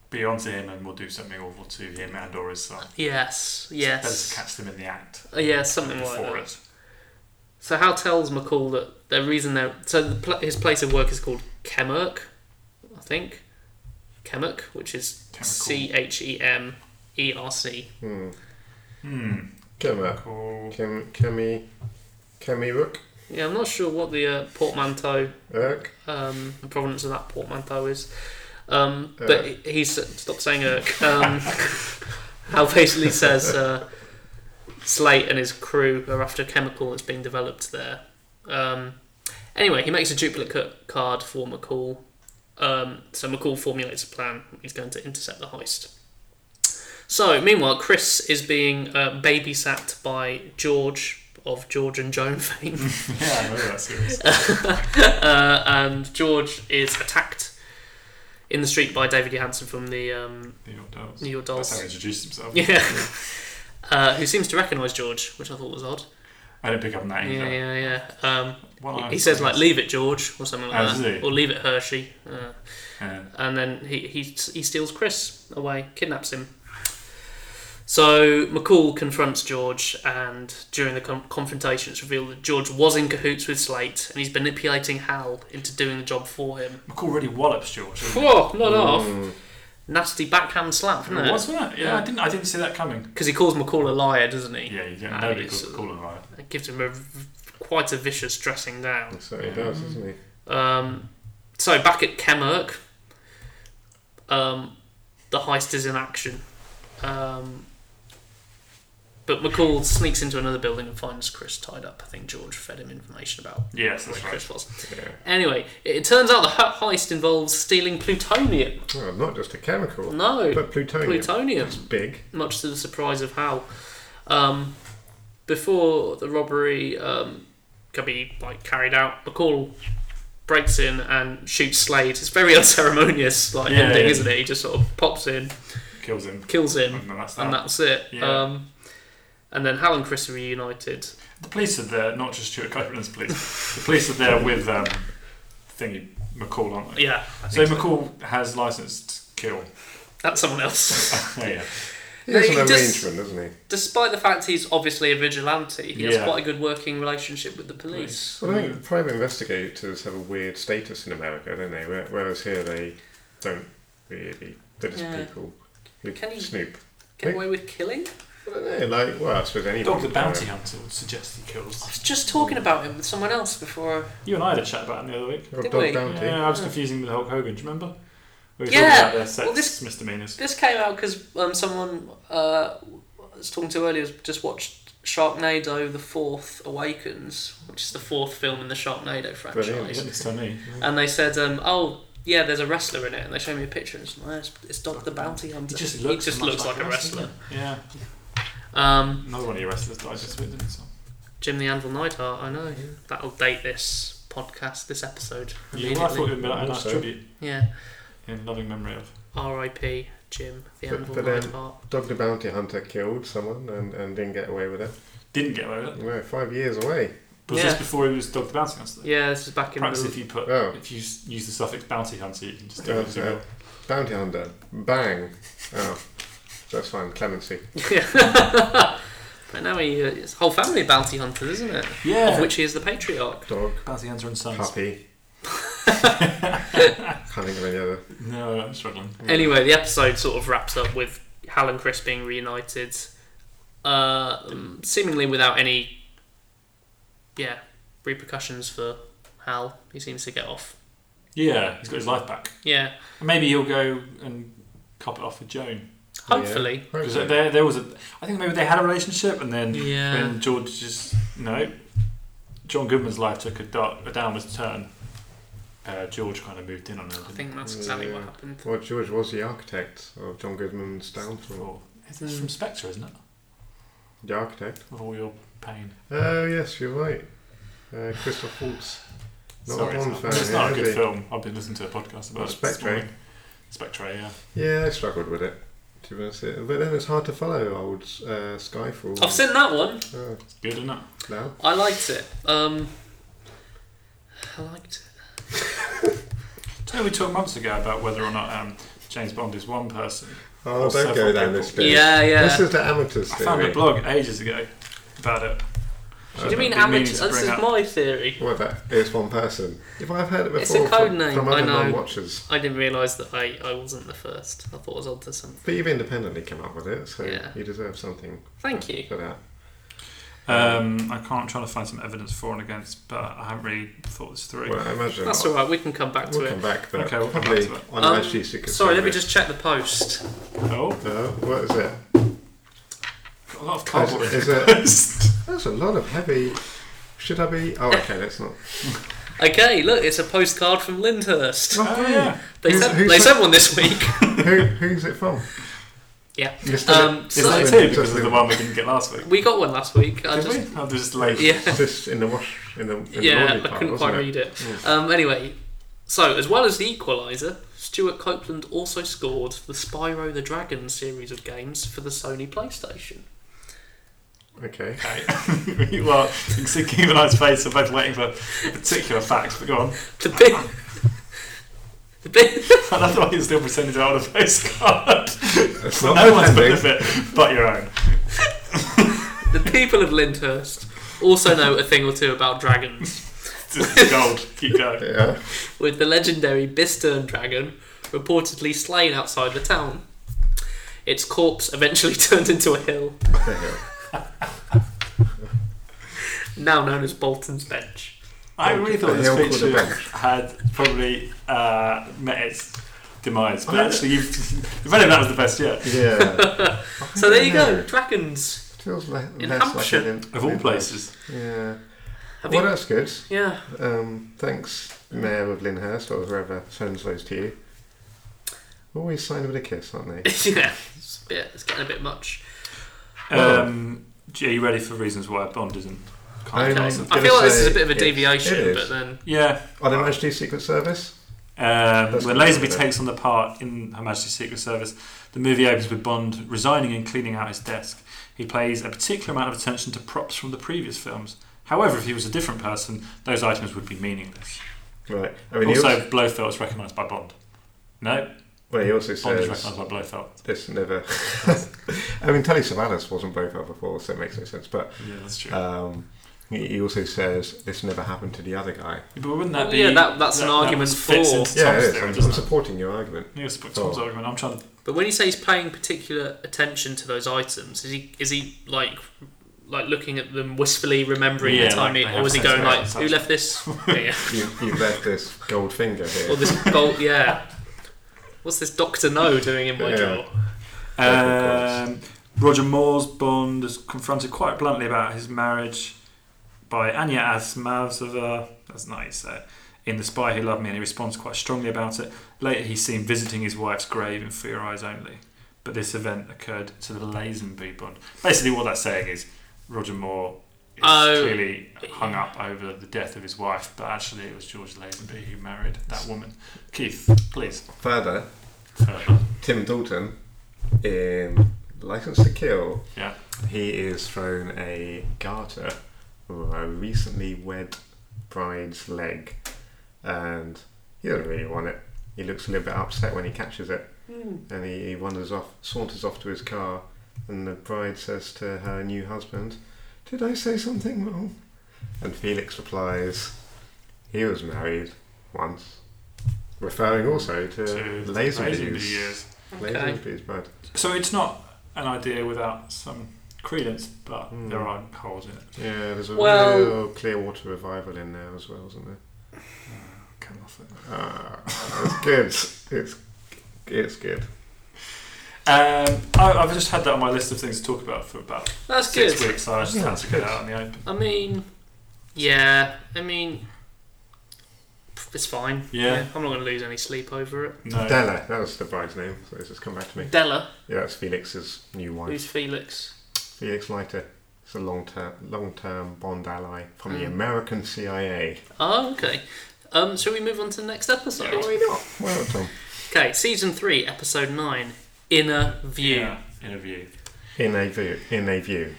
Speaker 3: be onto him and will do something awful to him and/or his son.
Speaker 2: Yes,
Speaker 3: Does
Speaker 2: yes,
Speaker 3: catch them in the act
Speaker 2: Uh, yeah, something like
Speaker 3: before
Speaker 2: that.
Speaker 3: it.
Speaker 2: So Hal tells McCall that the reason they're so the pl- his place of work is called Chemerk, I think, Chemerk, which is
Speaker 3: Chemical.
Speaker 2: C H E M E R C.
Speaker 1: Hmm.
Speaker 3: Hmm.
Speaker 1: Come up.
Speaker 3: Cool.
Speaker 1: Kim, Kimmy, Kimmy Rook,
Speaker 2: Yeah, I'm not sure what the uh, portmanteau,
Speaker 1: Irk.
Speaker 2: um, the provenance of that portmanteau is, um, but
Speaker 1: Irk.
Speaker 2: he, he's stop saying Irk. Um, Hal basically says uh, Slate and his crew are after a chemical that's being developed there. Um, anyway, he makes a duplicate card for McCall. Um, so McCall formulates a plan. He's going to intercept the heist. So, meanwhile, Chris is being uh, babysat by George of George and Joan fame.
Speaker 3: yeah, I remember that series.
Speaker 2: uh, and George is attacked in the street by David Johansen from the um,
Speaker 3: New York Dolls.
Speaker 2: New York
Speaker 3: That's how he
Speaker 2: Dolls.
Speaker 3: introduced himself.
Speaker 2: Yeah. Uh, who seems to recognise George, which I thought was odd.
Speaker 3: I didn't pick up on that either.
Speaker 2: Yeah, yeah, yeah. Um,
Speaker 3: One
Speaker 2: he-
Speaker 3: eye
Speaker 2: he says, like,
Speaker 3: is-
Speaker 2: leave it, George, or something like
Speaker 3: Oh, does
Speaker 2: that.
Speaker 3: he?
Speaker 2: Or leave it, Hershey. Uh,
Speaker 3: Yeah.
Speaker 2: and then he, he, he steals Chris away, kidnaps him. So McCall confronts George, and during the con- confrontation, it's revealed that George was in cahoots with Slate, and he's manipulating Hal into doing the job for him.
Speaker 3: McCall really wallops George. doesn't he?
Speaker 2: Whoa, not
Speaker 3: Mm.
Speaker 2: off. Nasty backhand slap, isn't
Speaker 3: What's
Speaker 2: it?
Speaker 3: that? Yeah, I didn't. I didn't see that coming.
Speaker 2: Because he calls McCall a liar, doesn't he?
Speaker 3: Yeah, you don't.
Speaker 2: Ah,
Speaker 3: Nobody
Speaker 2: it's-
Speaker 3: calls McCall a liar.
Speaker 2: It gives him a v- quite a vicious dressing down.
Speaker 1: So he does, doesn't he?
Speaker 2: Um, so back at Kemmerk, um, the heist is in action. Um, but McCall sneaks into another building and finds Chris tied up. I think George fed him information about
Speaker 3: Yes,
Speaker 2: where
Speaker 3: that's right.
Speaker 2: Chris was.
Speaker 1: Yeah.
Speaker 2: Anyway, it, it turns out the he- heist involves stealing plutonium.
Speaker 1: Well, not just a chemical,
Speaker 2: No,
Speaker 1: but plutonium.
Speaker 2: plutonium
Speaker 1: It's big.
Speaker 2: much to the surprise of Hal. Um, before the robbery um, can be like carried out, McCall breaks in and shoots Slade. It's very unceremonious, like
Speaker 3: Yeah,
Speaker 2: ending,
Speaker 3: yeah.
Speaker 2: isn't it? He just sort of pops in,
Speaker 3: Kills him.
Speaker 2: kills him,
Speaker 3: And then that's
Speaker 2: Mm. and
Speaker 3: that.
Speaker 2: that's it.
Speaker 3: Uh, Yeah.
Speaker 2: Um, and then Hal and Chris are reunited.
Speaker 3: The police are there, not just Stuart Copeland's police. the police are there with um, thingy McCall, aren't they?
Speaker 2: Yeah, I
Speaker 3: So
Speaker 2: think so
Speaker 3: McCall has license to kill.
Speaker 2: that's someone else.
Speaker 3: Oh, yeah.
Speaker 1: He
Speaker 2: No,
Speaker 1: has
Speaker 2: he
Speaker 1: an
Speaker 2: just-
Speaker 1: arrangement, doesn't he?
Speaker 2: Despite the fact he's obviously a vigilante, he has
Speaker 3: Yeah.
Speaker 2: quite a good working relationship with the police.
Speaker 1: Well, I think private investigators have a weird status in America, don't they? Where- Whereas here they don't really. They're just
Speaker 2: Yeah.
Speaker 1: people who
Speaker 2: Can you-
Speaker 1: snoop.
Speaker 2: Get away with killing?
Speaker 1: I don't know, like, well, I suppose anyone.
Speaker 3: Dog the
Speaker 1: can.
Speaker 3: bounty hunter would suggest he
Speaker 2: I
Speaker 3: kills.
Speaker 2: was just talking about him with someone else before.
Speaker 3: You and I had a chat about him the other week.
Speaker 1: Or
Speaker 2: Did
Speaker 1: dog
Speaker 2: we?
Speaker 1: bounty.
Speaker 3: Yeah, I was confusing him with Hulk Hogan. Do you remember? We were
Speaker 2: Yeah.
Speaker 3: talking about their sex
Speaker 2: Well, this-
Speaker 3: misdemeanors.
Speaker 2: This came out because um, someone uh, I was talking to earlier has just watched Sharknado: The Fourth Awakens, which is the fourth film in the Sharknado franchise,
Speaker 1: Brilliant.
Speaker 3: You didn't tell me.
Speaker 2: and they said, um, "Oh, yeah, there's a wrestler in it," and they showed me a picture, and it's, like, "Oh, it's, it's Doc the Bounty Hunter.
Speaker 3: He just looks,
Speaker 2: just
Speaker 3: much
Speaker 2: looks like, a wrestler."
Speaker 3: Yeah.
Speaker 2: Um,
Speaker 3: Another one of your wrestlers died this week, didn't he? So.
Speaker 2: Jim the Anvil Neidhart, I know that'll date this podcast, this episode
Speaker 3: Yeah, well, I thought
Speaker 2: immediately.
Speaker 3: it would be like a nice
Speaker 1: Also.
Speaker 3: tribute
Speaker 2: Yeah,
Speaker 3: in loving memory of.
Speaker 2: R.I.P. Jim the
Speaker 1: But-
Speaker 2: Anvil
Speaker 1: but um, then-
Speaker 2: Neidhart.
Speaker 1: Dog the bounty hunter killed someone and, and didn't get away with it.
Speaker 3: Didn't get away with it.
Speaker 1: No, five years away.
Speaker 3: Was
Speaker 2: Yeah.
Speaker 3: this before he was Dog the Bounty Hunter?
Speaker 2: Yeah, this is back in
Speaker 3: Perhaps
Speaker 2: the
Speaker 3: if you put
Speaker 1: Oh.
Speaker 3: if you s- use the suffix bounty hunter, you can just do
Speaker 1: Uh,
Speaker 3: it as you
Speaker 1: uh,
Speaker 3: will.
Speaker 1: bounty hunter. Bang. Oh, that's fine. Clemency.
Speaker 2: Yeah. but now he, uh, his whole family are bounty hunters, isn't it?
Speaker 3: Yeah.
Speaker 2: Of which he is the patriarch.
Speaker 1: Dog.
Speaker 3: bounty hunter and sons.
Speaker 1: Puppy. Can't think of any other.
Speaker 3: No, I'm struggling.
Speaker 2: Anyway, the episode sort of wraps up with Hal and Chris being reunited, uh, um, seemingly without any, yeah, repercussions for Hal. He seems to get off.
Speaker 3: Yeah, he's got his life back.
Speaker 2: Yeah,
Speaker 3: And maybe he'll go and cop it off with Joan.
Speaker 2: hopefully.
Speaker 1: Yeah.
Speaker 3: Because there, there was a. I think maybe they had a relationship, and then
Speaker 2: Yeah.
Speaker 3: when George just no, John Goodman's life took a, dark, a downwards turn. Uh, George kind of moved in on her.
Speaker 2: I think that's exactly what
Speaker 1: Yeah.
Speaker 2: happened.
Speaker 1: Well, George was the architect of John Goodman's downfall.
Speaker 3: Or, it's from Spectre, isn't it?
Speaker 1: The architect?
Speaker 3: With all your pain.
Speaker 1: Oh, yes, you're right. Uh, Christoph Waltz. Not
Speaker 3: Sorry,
Speaker 1: a Bond
Speaker 3: it's
Speaker 1: fan.
Speaker 3: not, it's not a
Speaker 1: is
Speaker 3: good
Speaker 1: he?
Speaker 3: film. I've been listening to a podcast about
Speaker 1: What,
Speaker 3: it.
Speaker 1: Spectre?
Speaker 3: this morning. Spectre, yeah.
Speaker 1: Yeah, I struggled with it. To be honest, but then it's hard to follow old uh, Skyfall.
Speaker 2: I've seen that one.
Speaker 1: Oh,
Speaker 3: It's good, isn't it?
Speaker 1: now. Oh,
Speaker 2: I liked it. Um, I liked it.
Speaker 3: Do you know we talked months ago about whether or not um, James Bond is one person?
Speaker 1: Oh,
Speaker 3: Or
Speaker 1: don't
Speaker 3: several
Speaker 1: go down this
Speaker 3: people.
Speaker 1: bit.
Speaker 2: Yeah, yeah.
Speaker 1: This is the amateurs
Speaker 3: I
Speaker 1: theory.
Speaker 3: found a blog ages ago about it.
Speaker 2: Do you mean
Speaker 3: I've been meaning
Speaker 2: amateur?
Speaker 3: to
Speaker 2: This
Speaker 3: bring
Speaker 2: is
Speaker 3: up-
Speaker 2: my theory.
Speaker 1: Well, that is one person. If I've heard it before,
Speaker 2: It's a code
Speaker 1: from,
Speaker 2: name,
Speaker 1: from
Speaker 2: I
Speaker 1: other
Speaker 2: know.
Speaker 1: non-watchers.
Speaker 2: I didn't realise that I, I wasn't the first. I thought I was onto something.
Speaker 1: But you've independently come up with it, so
Speaker 2: Yeah.
Speaker 1: you deserve something
Speaker 2: Thank you.
Speaker 1: for that.
Speaker 3: Um, I can't try to find some evidence for and against, but I haven't really thought this through.
Speaker 1: Well, I imagine
Speaker 2: That's all right. We can come back to
Speaker 1: we'll
Speaker 2: it.
Speaker 1: come back, but
Speaker 3: Okay, we'll come
Speaker 1: probably
Speaker 3: back to it.
Speaker 1: on
Speaker 2: Um,
Speaker 1: um, SG Secret
Speaker 2: Sorry, let me
Speaker 1: Service.
Speaker 2: just check the post.
Speaker 3: oh,
Speaker 1: Uh, what is it?
Speaker 3: a lot of cardboard.
Speaker 1: Is, is it, that's a lot of heavy. Should I be? Oh, okay, let's not.
Speaker 2: Okay, look, it's a postcard from Lyndhurst.
Speaker 3: oh yeah.
Speaker 2: They,
Speaker 1: Who's-
Speaker 2: sent,
Speaker 1: who's
Speaker 2: they
Speaker 1: that?
Speaker 2: sent one this week.
Speaker 1: Who, who's it from?
Speaker 2: yeah.
Speaker 1: Mr.
Speaker 2: Um,
Speaker 3: Is
Speaker 2: so
Speaker 3: that
Speaker 1: Just
Speaker 3: two?
Speaker 1: in-
Speaker 3: Because
Speaker 1: just
Speaker 3: of the
Speaker 1: in-
Speaker 3: one we didn't get last week.
Speaker 2: we got one last week. I
Speaker 3: Did
Speaker 2: just,
Speaker 3: we? Oh, there's just late.
Speaker 2: yeah.
Speaker 1: Just in the wash, in the, in the
Speaker 2: yeah,
Speaker 1: laundry
Speaker 2: I
Speaker 1: part,
Speaker 2: couldn't
Speaker 1: wasn't
Speaker 2: quite
Speaker 1: it?
Speaker 2: read it. Um, anyway, so as well as the Equalizer, Stuart Copeland also scored the Spyro the Dragon series of games for the Sony PlayStation.
Speaker 1: Okay.
Speaker 3: Okay. well, you can see Keem and I's face are both waiting for particular facts, but go on.
Speaker 2: The bit, the bit,
Speaker 3: I love the way you're still pretending to hold a postcard.
Speaker 1: It's
Speaker 3: For
Speaker 1: not
Speaker 3: no one's
Speaker 1: pretending.
Speaker 3: benefit but your own.
Speaker 2: the people of Lyndhurst also know a thing or two about dragons,
Speaker 3: Just gold. Keep going.
Speaker 1: Yeah.
Speaker 2: with the legendary Bistern dragon reportedly slain outside the town. Its corpse eventually turned into a hill,
Speaker 1: There you go.
Speaker 2: now known as Bolton's Bench.
Speaker 3: I really thought
Speaker 1: Hill
Speaker 3: this
Speaker 1: called the
Speaker 3: picture
Speaker 1: bench.
Speaker 3: had probably uh, met its demise, but actually, you've, if only that was the best yet.
Speaker 1: Yeah.
Speaker 2: So there you
Speaker 1: Yeah.
Speaker 2: go, dragons.
Speaker 1: Feels le-
Speaker 2: In
Speaker 1: less like
Speaker 2: Hampshire.
Speaker 1: an in-
Speaker 3: Of all places.
Speaker 1: Yeah.
Speaker 2: Have
Speaker 1: well,
Speaker 2: you-
Speaker 1: that's good.
Speaker 2: Yeah.
Speaker 1: Um, thanks, Mayor of Lyndhurst or whoever sends those to you. Always sign with a kiss, aren't they?
Speaker 2: yeah, it's, a bit, it's getting a bit much.
Speaker 1: Well-
Speaker 3: Um, are you ready for reasons why Bond isn't?
Speaker 1: I'm
Speaker 2: Okay. I
Speaker 1: gonna
Speaker 2: feel like this is
Speaker 1: say
Speaker 2: a bit of a
Speaker 1: it-
Speaker 2: deviation,
Speaker 1: it is.
Speaker 2: but then
Speaker 3: Yeah.
Speaker 1: Are they managed to do Secret Service?
Speaker 3: Um,
Speaker 1: That's
Speaker 3: when
Speaker 1: good,
Speaker 3: Lazenby
Speaker 1: isn't it?
Speaker 3: takes on the part in Her Majesty's Secret Service, the movie opens with Bond resigning and cleaning out his desk. He pays a particular amount of attention to props from the previous films. However, if he was a different person, those items would be meaningless.
Speaker 1: Right. I mean, he
Speaker 3: also,
Speaker 1: also,
Speaker 3: Blofeld is recognised by Bond. No,
Speaker 1: well, he also
Speaker 3: Bond is
Speaker 1: says
Speaker 3: recognised by Blofeld.
Speaker 1: this never. I mean, Telly Savalas wasn't both up before, so it makes no sense. But
Speaker 3: Yeah, that's true.
Speaker 1: um, he he also says this never happened to the other guy.
Speaker 3: but wouldn't that be?
Speaker 2: Yeah, that- that's an argument
Speaker 3: fits
Speaker 2: for-
Speaker 3: into
Speaker 1: yeah,
Speaker 3: Tom's
Speaker 1: it is.
Speaker 3: theory,
Speaker 1: I'm, I'm
Speaker 3: doesn't it?
Speaker 1: supporting your argument.
Speaker 3: Yeah, it's Tom's
Speaker 1: Oh.
Speaker 3: argument. I'm trying to.
Speaker 2: But when he says paying particular attention to those items, is he is he like like looking at them wistfully, remembering the
Speaker 3: Yeah,
Speaker 2: time
Speaker 3: like
Speaker 2: he,
Speaker 3: they
Speaker 2: or was he
Speaker 3: have
Speaker 2: going like,
Speaker 3: sense
Speaker 2: who left this? Yeah, yeah.
Speaker 1: You, you left this gold finger here.
Speaker 2: or this gold? Yeah. What's this Doctor No doing in my
Speaker 1: Yeah.
Speaker 2: drawer?
Speaker 1: Yeah,
Speaker 3: Um, Roger Moore's Bond is confronted quite bluntly about his marriage by Anya Asmavzova. That's nice. Uh, in The Spy Who Loved Me, and he responds quite strongly about it. Later, he's seen visiting his wife's grave in For Your Eyes Only. But this event occurred to the Lazenby Bond. Basically, what that's saying is Roger Moore is
Speaker 2: Oh.
Speaker 3: clearly hung up over the death of his wife, but actually, it was George Lazenby who married that woman. Keith, please.
Speaker 1: Further,
Speaker 3: Further.
Speaker 1: Tim Dalton in License to Kill,
Speaker 3: Yeah.
Speaker 1: he is thrown a garter or a recently wed bride's leg, and he doesn't really want it. He looks a little bit upset when he catches it, and he, he wanders off, saunters off to his car, and the bride says to her new husband, "Did I say something wrong?" And Felix replies, "He was married once." Referring also to,
Speaker 3: To the Lazenby
Speaker 1: Lazenby's
Speaker 3: years.
Speaker 1: Lazenby's bud.
Speaker 3: So it's not an idea without some credence, but
Speaker 1: Mm.
Speaker 3: there are holes in it.
Speaker 1: Yeah, there's a
Speaker 2: Well-
Speaker 1: real Clearwater revival in there as well, isn't there?
Speaker 3: Come off it.
Speaker 1: Uh, it's good. It's it's good.
Speaker 3: Um, I, I've just had that on my list of things to talk about for about
Speaker 2: That's
Speaker 3: six
Speaker 2: good.
Speaker 3: weeks, so I just
Speaker 1: Yeah,
Speaker 3: had to get it
Speaker 1: good.
Speaker 3: out in the open.
Speaker 2: I mean, yeah. I mean, it's fine.
Speaker 3: Yeah.
Speaker 2: I'm not going to lose any sleep over it.
Speaker 3: No.
Speaker 1: Della, that was the bride's name. So it's just come back to me.
Speaker 2: Della,
Speaker 1: Yeah, that's Felix's new wife.
Speaker 2: who's Felix?
Speaker 1: Felix Leiter. It's a long term, long term Bond ally from the
Speaker 2: Mm.
Speaker 1: American CIA.
Speaker 2: Oh, okay. Um, shall we move on to the next episode?
Speaker 3: Yeah.
Speaker 1: not? Well, Tom.
Speaker 2: Okay, season three, episode nine, Inner View.
Speaker 3: Yeah, in a view.
Speaker 1: In a view. In a view.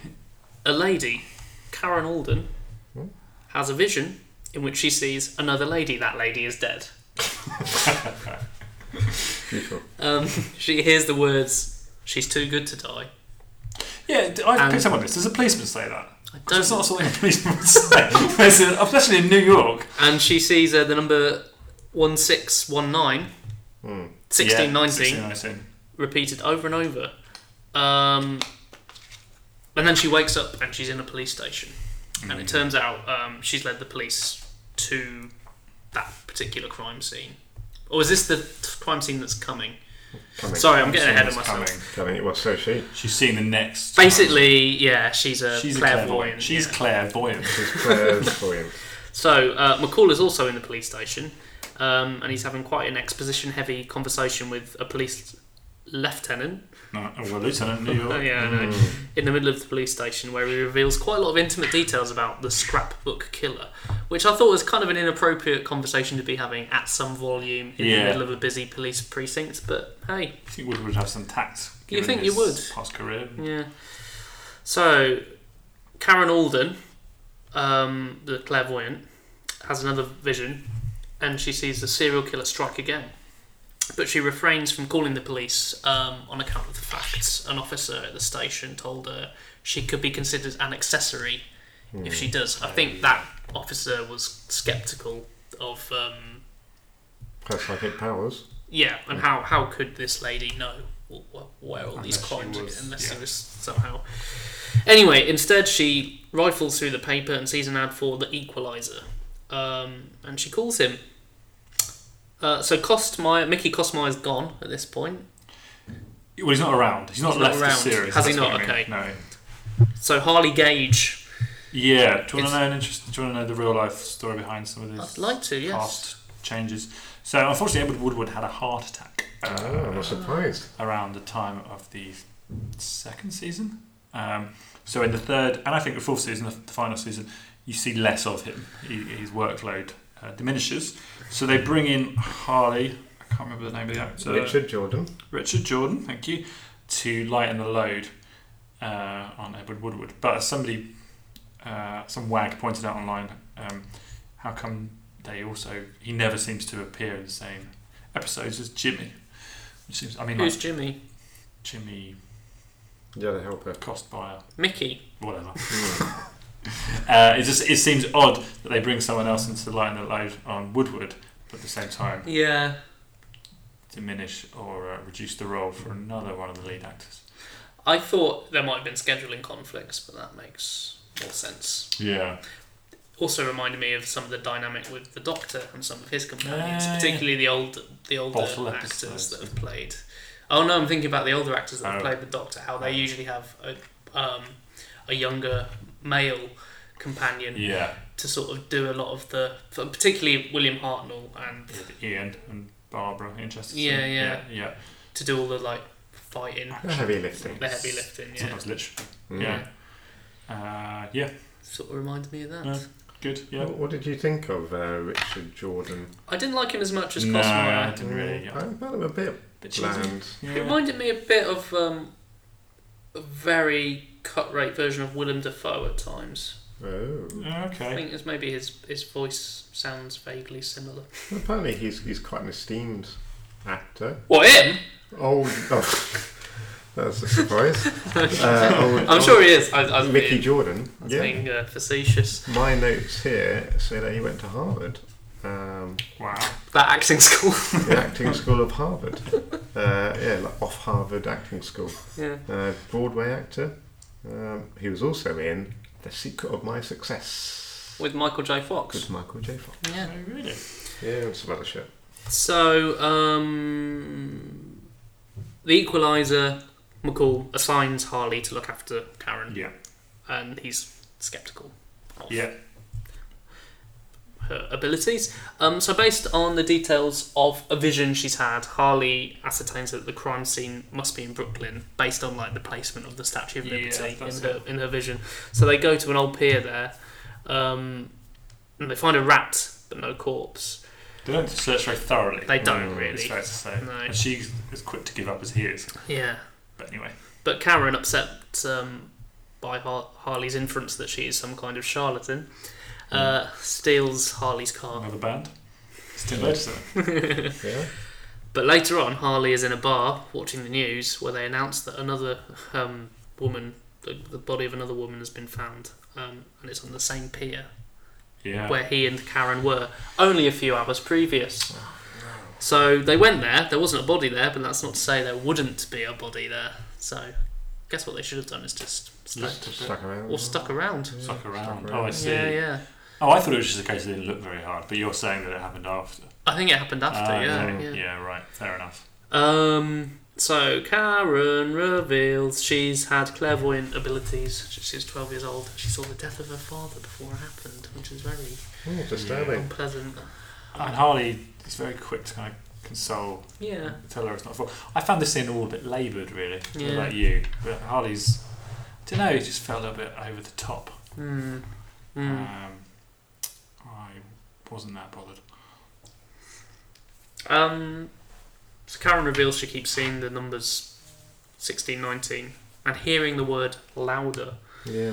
Speaker 2: A lady, Karen Alden,
Speaker 1: Hmm?
Speaker 2: has a vision in which she sees another lady. That lady is dead.
Speaker 1: Beautiful.
Speaker 2: Um, she hears the words, "She's too good to die."
Speaker 3: Yeah, d- I
Speaker 2: And-
Speaker 3: picked up on this. Does a policeman say that?
Speaker 2: I
Speaker 3: 'Cause
Speaker 2: don't.
Speaker 3: It's not something a policeman would say. It's in- Especially in New York.
Speaker 2: And she sees uh, the number one six one nine.
Speaker 1: Mm.
Speaker 2: Sixteen
Speaker 3: Yeah,
Speaker 2: nineteen
Speaker 3: 1619.
Speaker 2: repeated over and over, um, and then she wakes up and she's in a police station. And it turns out um, she's led the police to that particular crime scene. Or is this the t- crime scene that's coming?
Speaker 1: Coming.
Speaker 2: Sorry, I'm getting
Speaker 3: Soon
Speaker 2: ahead of
Speaker 3: it's
Speaker 2: myself.
Speaker 3: coming.
Speaker 1: Coming. Well, so is she.
Speaker 3: She's seeing the next.
Speaker 2: Basically, yeah, she's a
Speaker 3: she's
Speaker 2: clairvoyant.
Speaker 3: a clairvoyant. She's
Speaker 2: yeah.
Speaker 3: clairvoyant.
Speaker 1: She's clairvoyant.
Speaker 2: So uh, McCall is also in the police station, um, and he's having quite an exposition-heavy conversation with a police lieutenant.
Speaker 3: No, well, Lieutenant New
Speaker 2: Oh,
Speaker 3: York.
Speaker 2: yeah, I know. In the middle of the police station, where he reveals quite a lot of intimate details about the scrapbook killer, which I thought was kind of an inappropriate conversation to be having at some volume in
Speaker 3: Yeah.
Speaker 2: the middle of a busy police precinct. But hey,
Speaker 3: I think Woodward would have some tact.
Speaker 2: You
Speaker 3: given
Speaker 2: think
Speaker 3: his
Speaker 2: you would?
Speaker 3: Past career.
Speaker 2: Yeah. So, Karen Alden, um, the clairvoyant, has another vision, and she sees the serial killer strike again. But she refrains from calling the police um, on account of the facts. An officer at the station told her she could be considered an accessory if she does. I think that officer was skeptical of, um,
Speaker 1: Her psychic powers.
Speaker 2: yeah, and how, how could this lady know wh- wh- where all these
Speaker 3: Unless she
Speaker 2: crimes are
Speaker 3: was-
Speaker 2: unless
Speaker 3: yeah.
Speaker 2: it was somehow. Anyway, instead she rifles through the paper and sees an ad for the Equalizer, um, and she calls him. Uh, so Costmeyer, Mickey Costmeyer's gone at this point.
Speaker 3: Well, he's not around. He's not
Speaker 2: He's not
Speaker 3: left
Speaker 2: around.
Speaker 3: the series.
Speaker 2: Has he
Speaker 3: that's what
Speaker 2: not?
Speaker 3: I mean.
Speaker 2: Okay.
Speaker 3: No.
Speaker 2: So Harley Gage,
Speaker 3: Yeah. Do you want
Speaker 2: It's-
Speaker 3: to know an interest? Do you want to know the real life story behind some of this?
Speaker 2: I'd like to, yes.
Speaker 3: Past changes. So unfortunately, Edward Woodward had a heart attack uh,
Speaker 1: Oh, I'm not surprised.
Speaker 3: around the time of the second season. Um, so in the third, and I think the fourth season, the final season, you see less of him. He, his workload uh, diminishes. So they bring in Harley. I can't remember the name of the actor.
Speaker 1: Richard Jordan.
Speaker 3: Richard Jordan, thank you, to lighten the load uh, on Edward Woodward. But as somebody, uh, some wag pointed out online, um, how come they also he never seems to appear in the same episodes as Jimmy? Which seems, I mean, like
Speaker 2: who's Jimmy?
Speaker 3: Jimmy
Speaker 1: Yeah, the helper.
Speaker 3: Costbuyer,
Speaker 2: Mickey.
Speaker 3: whatever.
Speaker 1: Mm.
Speaker 3: Uh, it just it seems odd that they bring someone else in to lighten the load on Woodward, but at the same time
Speaker 2: Yeah,
Speaker 3: diminish or uh, reduce the role for another one of the lead actors.
Speaker 2: I thought there might have been scheduling conflicts, but that makes more sense.
Speaker 3: Yeah.
Speaker 2: also reminded me of some of the dynamic with the Doctor and some of his companions,
Speaker 3: Ah,
Speaker 2: particularly the old the older
Speaker 3: Bottle
Speaker 2: actors
Speaker 3: episodes.
Speaker 2: that have played. Oh no, I'm thinking about the older actors that have
Speaker 3: Oh.
Speaker 2: played the Doctor. How they usually have a um, a younger male companion
Speaker 3: Yeah.
Speaker 2: to sort of do a lot of the, for- particularly William Hartnell, and
Speaker 3: with Ian and Barbara in Chesterton.
Speaker 2: Yeah, yeah.
Speaker 3: yeah. yeah.
Speaker 2: to do all the like fighting,
Speaker 1: The heavy lifting.
Speaker 2: the heavy lifting. Yeah,
Speaker 3: Sometimes literally.
Speaker 1: Mm.
Speaker 3: Yeah. Uh, yeah,
Speaker 2: sort of reminded me of that.
Speaker 3: Yeah. good. Yeah.
Speaker 1: What, what did you think of uh, Richard Jordan?
Speaker 2: I didn't like him as much as
Speaker 3: no, I
Speaker 2: Cosmo.
Speaker 3: didn't really. Yeah.
Speaker 1: I found him a bit
Speaker 3: Bit cheesy.
Speaker 1: bland.
Speaker 2: It
Speaker 3: Yeah.
Speaker 2: reminded me a bit of um, a very cut rate version of Willem Dafoe at times.
Speaker 1: Oh.
Speaker 2: I
Speaker 3: Okay.
Speaker 2: think it's maybe his his voice sounds vaguely similar.
Speaker 1: Oh. Apparently, he's he's quite an esteemed actor.
Speaker 2: What him?
Speaker 1: Old. Oh, that's a surprise. Uh, old-
Speaker 2: I'm sure he is. I, I was
Speaker 1: Mickey
Speaker 2: being,
Speaker 1: Jordan.
Speaker 2: I was
Speaker 1: Yeah.
Speaker 2: being uh, facetious.
Speaker 1: My notes here say that he went to Harvard, um,
Speaker 3: Wow.
Speaker 2: That acting school.
Speaker 1: the acting school of Harvard. Uh, yeah, like off Harvard acting school.
Speaker 2: yeah.
Speaker 1: Uh, Broadway actor. Um, he was also in The Secret of My Success
Speaker 2: With Michael J.
Speaker 1: with
Speaker 2: Fox.
Speaker 1: Michael J. Fox.
Speaker 2: Yeah.
Speaker 3: Oh, really?
Speaker 1: Yeah, and some other shit.
Speaker 2: So, um, the equalizer, McCall assigns Harley to look after Karen,
Speaker 3: Yeah.
Speaker 2: and he's skeptical. of
Speaker 3: Yeah.
Speaker 2: her abilities. Um, so, based on the details of a vision she's had, Harley ascertains that the crime scene must be in Brooklyn, based on like the placement of the Statue of
Speaker 3: Yeah,
Speaker 2: Liberty in
Speaker 3: that's
Speaker 2: her in her vision. So they go to an old pier there, um, and they find a rat but no corpse.
Speaker 3: They don't search very thoroughly. Mm,
Speaker 2: They don't
Speaker 3: It's
Speaker 2: really.
Speaker 3: fair to say.
Speaker 2: No.
Speaker 3: And she's as quick to give up as he is.
Speaker 2: Yeah,
Speaker 3: But anyway.
Speaker 2: but Karen upset um, by Har- Harley's inference that she is some kind of charlatan.
Speaker 3: Hmm.
Speaker 2: Uh, steals Harley's car.
Speaker 3: Another band. Still notice it.
Speaker 1: Yeah.
Speaker 2: But later on, Harley is in a bar watching the news where they announce that another um, woman, the, the body of another woman, has been found, um, and it's on the same pier
Speaker 3: Yeah.
Speaker 2: where he and Karen were only a few hours previous.
Speaker 3: Oh,
Speaker 2: So they went there. There wasn't a body there, but that's not to say there wouldn't be a body there. So, guess what they should have done is just stay
Speaker 1: Just stuck around.
Speaker 2: or stuck around.
Speaker 3: Suck around.
Speaker 1: Suck
Speaker 3: Oh, I
Speaker 1: around.
Speaker 3: see.
Speaker 2: Yeah, yeah.
Speaker 3: Oh, I thought it was just a case they didn't look very hard, but you're saying that it happened after.
Speaker 2: I think it happened after.
Speaker 3: Ah,
Speaker 2: yeah,
Speaker 3: okay.
Speaker 2: yeah.
Speaker 3: right. Fair enough.
Speaker 2: Um, so Karen reveals she's had clairvoyant abilities. She's 12 years old. She saw the death of her father before it happened, which is very
Speaker 1: Oh, disturbing.
Speaker 2: unpleasant.
Speaker 3: And Harley is very quick to kind of console,
Speaker 2: Yeah.
Speaker 3: tell her it's not her fault. I found this scene all a bit laboured, really. I don't know
Speaker 2: Yeah.
Speaker 3: About you, but Harley's, I don't know, it just felt a little bit over the top.
Speaker 2: Hmm. Hmm.
Speaker 3: Um, I wasn't that bothered.
Speaker 2: Um, so Karen reveals she keeps seeing the numbers 16, 19 and hearing the word louder.
Speaker 1: Yeah.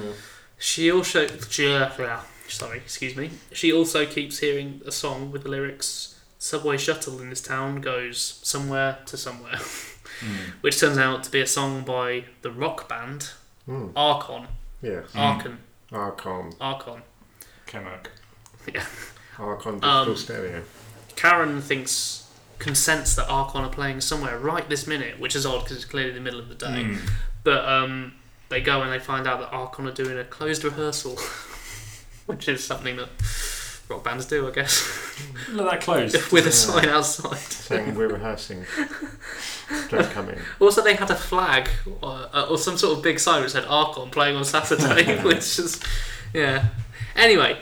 Speaker 2: She also, yeah, sorry, excuse me. She also keeps hearing a song with the lyrics "Subway shuttle in this town goes somewhere to somewhere," which turns out to be a song by the rock band
Speaker 1: Mm.
Speaker 2: Archon,
Speaker 1: Yes.
Speaker 2: Archon,
Speaker 1: Archon.
Speaker 2: Archon.
Speaker 3: Kemek.
Speaker 1: Archon
Speaker 2: Um,
Speaker 1: digital stereo.
Speaker 2: Karen thinks consents that Archon are playing somewhere right this minute, which is odd because it's clearly the middle of the day.
Speaker 3: Hmm. Mm.
Speaker 2: But um, they go and they find out that Archon are doing a closed rehearsal, which is something that rock bands do, I guess,
Speaker 3: Look at that close.
Speaker 2: with
Speaker 1: Yeah.
Speaker 2: a sign outside.
Speaker 1: Saying we're rehearsing. Don't come in.
Speaker 2: Also, they had a flag or, or some sort of big sign which said Archon playing on Saturday, which is, yeah. Anyway,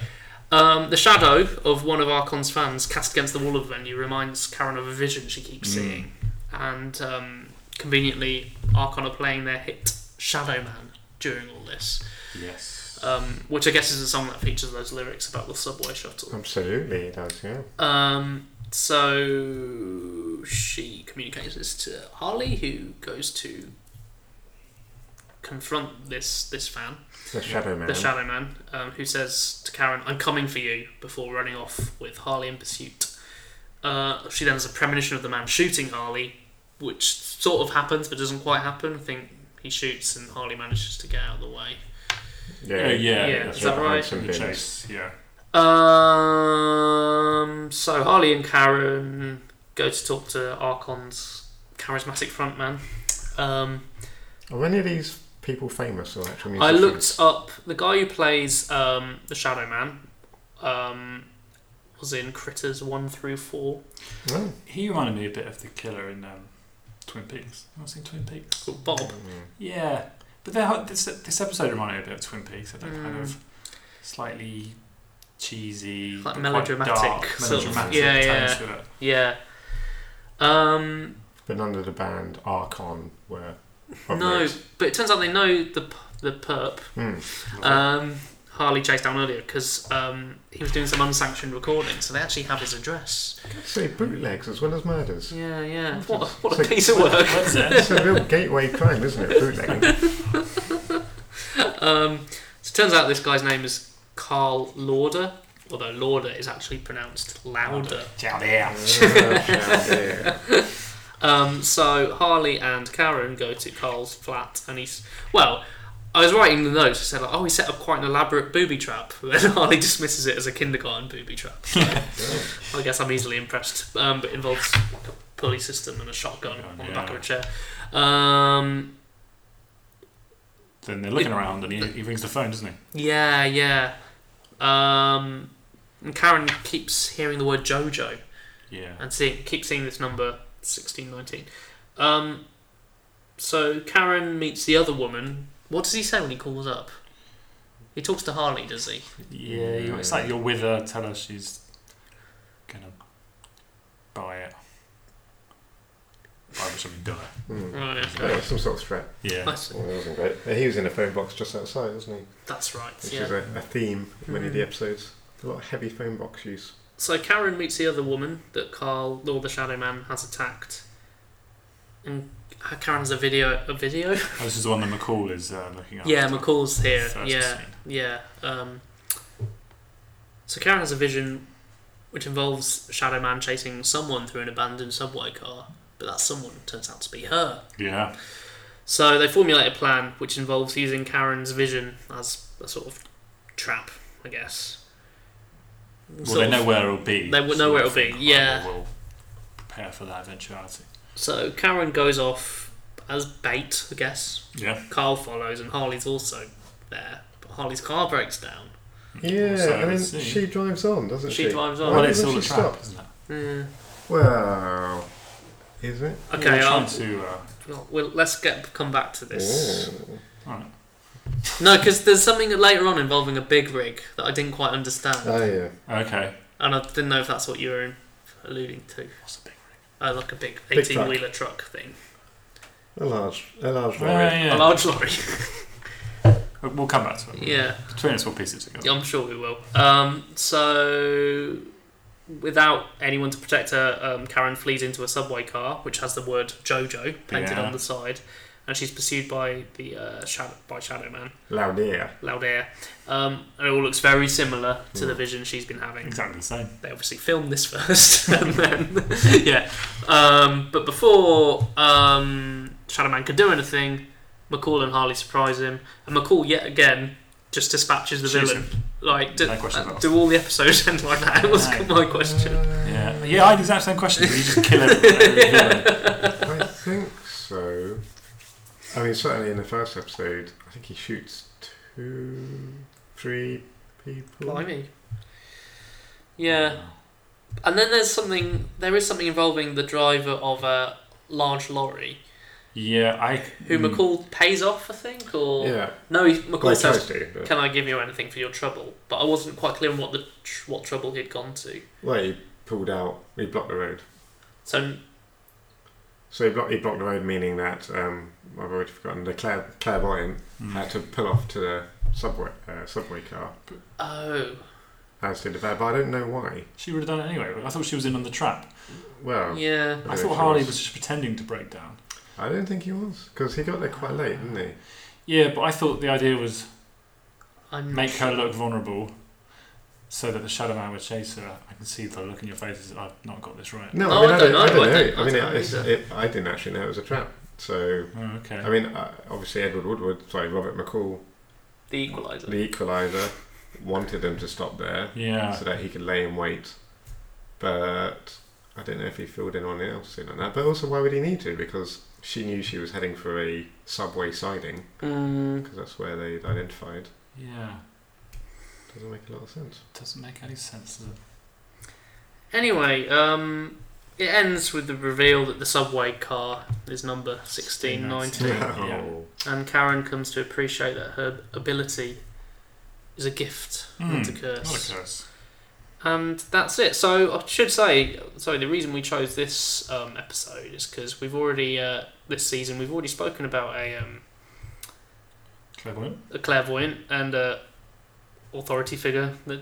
Speaker 2: um, the shadow of one of Archon's fans cast against the wall of the venue reminds Karen of a vision she keeps
Speaker 3: Mm.
Speaker 2: seeing. And um, conveniently, Archon are playing their hit Shadow Man during all this,
Speaker 3: Yes.
Speaker 2: um, which I guess is a song that features those lyrics about the subway shuttle.
Speaker 1: Absolutely, it does, yeah.
Speaker 2: Um, so she communicates this to Harley, who goes to confront this this fan,
Speaker 1: The Shadow Man.
Speaker 2: the Shadow Man, um, who says to Karen, "I'm coming for you," before running off with Harley in pursuit. Uh, she then has a premonition of the man shooting Harley, which sort of happens but doesn't quite happen. I think he shoots and Harley manages to get out of the way.
Speaker 1: yeah.
Speaker 3: Uh, yeah,
Speaker 2: Yeah,
Speaker 3: that's
Speaker 2: is that
Speaker 1: what
Speaker 2: right?
Speaker 1: Hanson
Speaker 3: The
Speaker 1: did.
Speaker 3: chase, yeah.
Speaker 2: Um. So Harley and Karen go to talk to Archon's charismatic frontman. Um,
Speaker 1: Are any of these people famous or actual
Speaker 2: I
Speaker 1: musicians?
Speaker 2: looked up the guy who plays um, the Shadow Man. Um, was in Critters one through four.
Speaker 1: No.
Speaker 3: He reminded me a bit of the killer in um, Twin Peaks. Have I seen Twin Peaks?
Speaker 2: Called Bob.
Speaker 1: Mm.
Speaker 3: Yeah, but they're- this this episode reminded me a bit of Twin Peaks. I think kind
Speaker 2: Mm.
Speaker 3: of slightly cheesy,
Speaker 2: Like
Speaker 3: but
Speaker 2: melodramatic
Speaker 3: quite dark,
Speaker 2: sort
Speaker 1: of-
Speaker 3: melodramatic
Speaker 2: yeah,
Speaker 3: tones
Speaker 2: yeah.
Speaker 3: to it.
Speaker 2: Yeah. Um,
Speaker 1: But none of the band Archon were. of
Speaker 2: no,
Speaker 1: note.
Speaker 2: but it turns out they know the p- the perp
Speaker 1: Mm.
Speaker 2: um, Harley chased down earlier because um, he was doing some unsanctioned recording, so they actually have his address.
Speaker 1: Say bootlegs as well as murders.
Speaker 2: Yeah, yeah. What, a- what a
Speaker 1: Like-
Speaker 2: piece of work.
Speaker 3: What's that?
Speaker 1: It's a real gateway crime, isn't it? Bootlegging.
Speaker 2: Um, so it turns out this guy's name is Carl Lauder, although Lauder is actually pronounced louder.
Speaker 3: Down there.
Speaker 1: yeah.
Speaker 2: Um, so Harley and Karen go to Carl's flat, and he's well. I was writing the notes. It said, like, "Oh, he set up quite an elaborate booby trap." Then Harley dismisses it as a kindergarten booby trap. So I guess I'm easily impressed. Um, but it involves like a pulley system and a shotgun on the back of a chair. Um,
Speaker 3: Then they're looking around, and he, he rings the phone, doesn't he?
Speaker 2: Yeah, yeah. Um, and Karen keeps hearing the word JoJo
Speaker 3: Yeah.
Speaker 2: and seeing, keeps seeing this number sixteen nineteen. Um, so Karen meets the other woman. What does he say when he calls up? He talks to Harley, does he?
Speaker 3: Yeah, you- it's like you're with her. Tell her she's gonna buy it. Buy her something dire.
Speaker 1: Mm.
Speaker 2: Right.
Speaker 1: Yeah, some sort of threat.
Speaker 3: Yeah.
Speaker 2: That's,
Speaker 1: Well, that wasn't great. He was in a phone box just outside, wasn't he?
Speaker 2: that's right.
Speaker 1: Which is
Speaker 2: Yeah.
Speaker 1: a, a theme in many of the
Speaker 2: Mm.
Speaker 1: episodes. A lot of heavy phone box use.
Speaker 2: So Karen meets the other woman that Carl, Lord the Shadow Man, has attacked, and uh, Karen has a video. A video.
Speaker 3: Oh, this is the one that McCall is uh, looking at.
Speaker 2: Yeah, McCall's here.
Speaker 3: First
Speaker 2: yeah.
Speaker 3: scene.
Speaker 2: Yeah. Um, so Karen has a vision which involves Shadow Man chasing someone through an abandoned subway car, but that someone turns out to be her.
Speaker 3: Yeah.
Speaker 2: So they formulate a plan which involves using Karen's vision as a sort of trap, I guess.
Speaker 3: Well,
Speaker 2: Sort
Speaker 3: they
Speaker 2: of-
Speaker 3: know where it'll be.
Speaker 2: They would
Speaker 3: so
Speaker 2: know where
Speaker 3: I
Speaker 2: it'll be,
Speaker 3: think, oh,
Speaker 2: yeah.
Speaker 3: We'll prepare for that eventuality.
Speaker 2: So Karen goes off as bait, I guess.
Speaker 3: Yeah.
Speaker 2: Carl follows, and Harley's also there. But Harley's car breaks down.
Speaker 1: Yeah,
Speaker 3: So
Speaker 1: and then
Speaker 3: it's-
Speaker 1: she drives on, doesn't she?
Speaker 2: Oh, She drives on.
Speaker 1: Why
Speaker 3: Well, it's
Speaker 1: doesn't
Speaker 3: all a
Speaker 1: she
Speaker 3: trap,
Speaker 1: stop?
Speaker 3: isn't it?
Speaker 2: Mm.
Speaker 1: Well, Is it?
Speaker 2: Okay,
Speaker 3: We're
Speaker 2: I'll-
Speaker 3: trying to. Uh,
Speaker 2: well, we'll, let's get come back to this.
Speaker 1: Oh.
Speaker 3: all right.
Speaker 2: No, because there's something later on involving a big rig that I didn't quite understand,
Speaker 1: Oh, yeah.
Speaker 3: Okay.
Speaker 2: and I didn't know if that's what you were alluding to.
Speaker 3: What's the big ring?
Speaker 2: Uh, like a big
Speaker 1: Big truck.
Speaker 2: 18 wheeler truck thing,
Speaker 1: A large, a large lorry.
Speaker 3: Uh,
Speaker 2: a
Speaker 3: yeah.
Speaker 2: large lorry.
Speaker 3: We'll- We'll come back to it.
Speaker 2: yeah.
Speaker 3: Between us, we'll piece it together.
Speaker 2: Yeah, I'm sure we will. Um, so, without anyone to protect her, um, Karen flees into a subway car, which has the word JoJo painted
Speaker 3: Yeah.
Speaker 2: on the side, and she's pursued by the uh, shadow by Shadow Man,
Speaker 1: Loudier.
Speaker 2: Laudier. Um, and it all looks very similar to
Speaker 1: Mm.
Speaker 2: the vision she's been having.
Speaker 3: Exactly the same.
Speaker 2: They obviously filmed this first, and then yeah. Um, but before um, Shadow Man could do anything, McCall and Harley surprise him, and McCall yet again just dispatches the
Speaker 3: She's-
Speaker 2: villain. Like, do,
Speaker 3: No questions
Speaker 2: uh,
Speaker 3: asked.
Speaker 2: do all the episodes end like that? It was
Speaker 3: Right.
Speaker 2: my
Speaker 1: Mm.
Speaker 2: question.
Speaker 3: Yeah. Yeah,
Speaker 1: Um,
Speaker 3: I had the exact same question. You just kill everyone.
Speaker 1: I think so. I mean, certainly in the first episode, I think he shoots two, three people.
Speaker 2: Blimey. Yeah, and then there's something. There is something involving the driver of a large lorry
Speaker 3: Yeah, I.
Speaker 2: who
Speaker 3: mm,
Speaker 2: McCall pays off, I think, or
Speaker 1: Hmm. Yeah.
Speaker 2: no, he,
Speaker 1: Well,
Speaker 2: McCall
Speaker 1: he
Speaker 2: says,
Speaker 1: tries to. But,
Speaker 2: "Can I give you anything for your trouble?" But I wasn't quite clear on what the tr- what trouble he'd gone to.
Speaker 1: well, he pulled out. He blocked the road.
Speaker 2: So
Speaker 1: So he blocked, he blocked the road, meaning that, um, I've already forgotten, the clair- clairvoyant had
Speaker 3: mm.
Speaker 1: to pull off to the subway, uh, subway car.
Speaker 2: oh,
Speaker 1: As did the bear, but I don't know why.
Speaker 3: She would have done it anyway. I thought she was in on the trap.
Speaker 1: Well,
Speaker 2: yeah,
Speaker 3: I
Speaker 1: Yeah,
Speaker 3: thought
Speaker 1: she
Speaker 3: Harley
Speaker 1: was.
Speaker 3: was just pretending to break down.
Speaker 1: I don't think he was, because he got there quite late, didn't he?
Speaker 2: Oh,
Speaker 3: Yeah, but I thought the idea was
Speaker 2: I'm
Speaker 3: make her look vulnerable so that the Shadow Man would chase her. I can see the look in your faces. I've not got this right.
Speaker 1: No,
Speaker 2: Oh,
Speaker 1: I, mean,
Speaker 2: I
Speaker 1: I,
Speaker 2: don't
Speaker 1: don't,
Speaker 2: know, I
Speaker 1: I
Speaker 2: don't-
Speaker 1: don't know. I,
Speaker 2: I
Speaker 1: mean,
Speaker 2: don't know
Speaker 1: it's,
Speaker 2: either.
Speaker 1: it, I didn't actually know it was a trap. So,
Speaker 3: Oh, okay.
Speaker 1: I mean, uh, obviously Edward Woodward, sorry, Robert McCall,
Speaker 2: the equalizer.
Speaker 1: the equaliser, wanted them to stop there
Speaker 3: yeah.
Speaker 1: so that he could lay in wait. But I don't know if he filled in on anything else like that. But also, why would he need to? Because she knew she was heading for a subway siding,
Speaker 2: Mm,
Speaker 1: because that's where they'd identified.
Speaker 3: Yeah.
Speaker 1: Doesn't make a lot of sense.
Speaker 3: Doesn't make any sense, does it?
Speaker 2: Anyway, um, it ends with the reveal that the subway car is number 1619,
Speaker 3: Yeah.
Speaker 1: No.
Speaker 2: and Karen comes to appreciate that her ability is a gift, not a
Speaker 3: Hmm,
Speaker 2: curse.
Speaker 3: Not a curse.
Speaker 2: And that's it. So I should say, sorry, the reason we chose this um, episode is because we've already, uh, this season, we've already spoken about a, um,
Speaker 3: Clairvoyant.
Speaker 2: a clairvoyant and a authority figure that.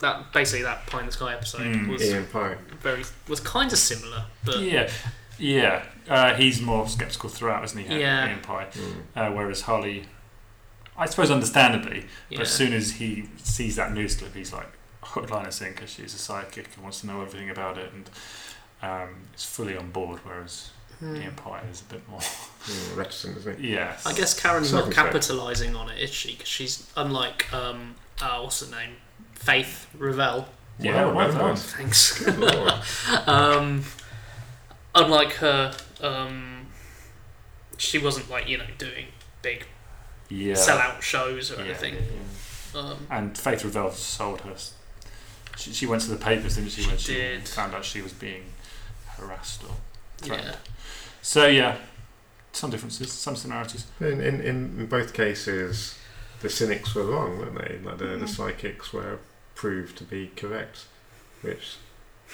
Speaker 2: That basically that pie in the sky episode
Speaker 3: Hmm.
Speaker 2: was
Speaker 1: Ian Pye.
Speaker 2: very was kind of similar, but
Speaker 3: Yeah. Yeah. Uh, he's more sceptical throughout, isn't he?
Speaker 2: Yeah.
Speaker 3: Ian Pye.
Speaker 1: Mm.
Speaker 3: Uh, whereas Harley, I suppose understandably,
Speaker 2: yeah.
Speaker 3: But as soon as he sees that news clip, he's like hook, line, and sinker. She's a sidekick and wants to know everything about it, and um, is fully on board. Whereas
Speaker 2: Hmm.
Speaker 3: Ian Pye is a bit more.
Speaker 1: Mm, reticent, isn't he?
Speaker 3: yes.
Speaker 2: I guess Karen's not
Speaker 1: Circumspect.
Speaker 2: capitalising on it, is she? Because she's unlike, um, uh, what's her name? Faith Revell.
Speaker 3: Yeah.
Speaker 1: Wow,
Speaker 3: well
Speaker 1: that
Speaker 3: done.
Speaker 1: was-
Speaker 2: Thanks.
Speaker 1: Good lord.
Speaker 2: um, unlike her, um, she wasn't like, you know, doing big
Speaker 3: Yeah.
Speaker 2: sell-out shows or
Speaker 3: Yeah.
Speaker 2: anything. Um,
Speaker 3: And Faith Revell sold her. s- She, she went to the papers, didn't she?
Speaker 2: She
Speaker 3: when she
Speaker 2: did.
Speaker 3: found out she was being harassed or threatened.
Speaker 2: yeah.
Speaker 3: So yeah, some differences, some similarities.
Speaker 1: In, in, in both cases, the cynics were wrong, weren't they? Like the,
Speaker 3: Mm.
Speaker 1: the psychics were proved to be correct, which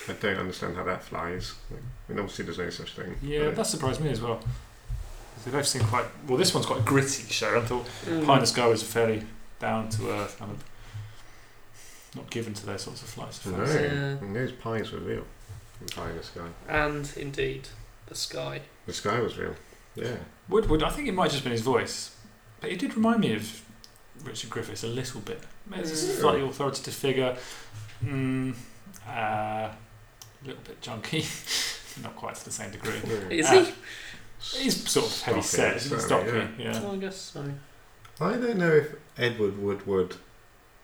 Speaker 1: I don't understand how that flies. I mean, obviously, there's no such thing.
Speaker 3: Yeah,
Speaker 1: but
Speaker 3: that surprised me as well. 'Cause They both seem quite well. This one's quite a gritty show. I thought
Speaker 2: Mm.
Speaker 3: Pie in the Sky was fairly down to earth and not given to those sorts of flights. of
Speaker 1: no.
Speaker 3: fancy.
Speaker 2: Yeah.
Speaker 1: And those pies were real. The pie in the sky.
Speaker 2: And indeed, the sky.
Speaker 1: The sky was real. Yeah.
Speaker 3: Woodward, I think it might have just been his voice, but it did remind me of Richard Griffiths a little bit. Maybe it's a
Speaker 1: Mm.
Speaker 3: slightly authoritative figure, mm, uh, a little bit junky, not quite to the same degree.
Speaker 2: Is
Speaker 3: Uh,
Speaker 2: he?
Speaker 3: He's sort of heavy set,
Speaker 1: Stocky,
Speaker 3: isn't he?
Speaker 1: certainly,
Speaker 3: Stocky, yeah.
Speaker 2: Oh, I guess so.
Speaker 1: I don't know if Edward Wood would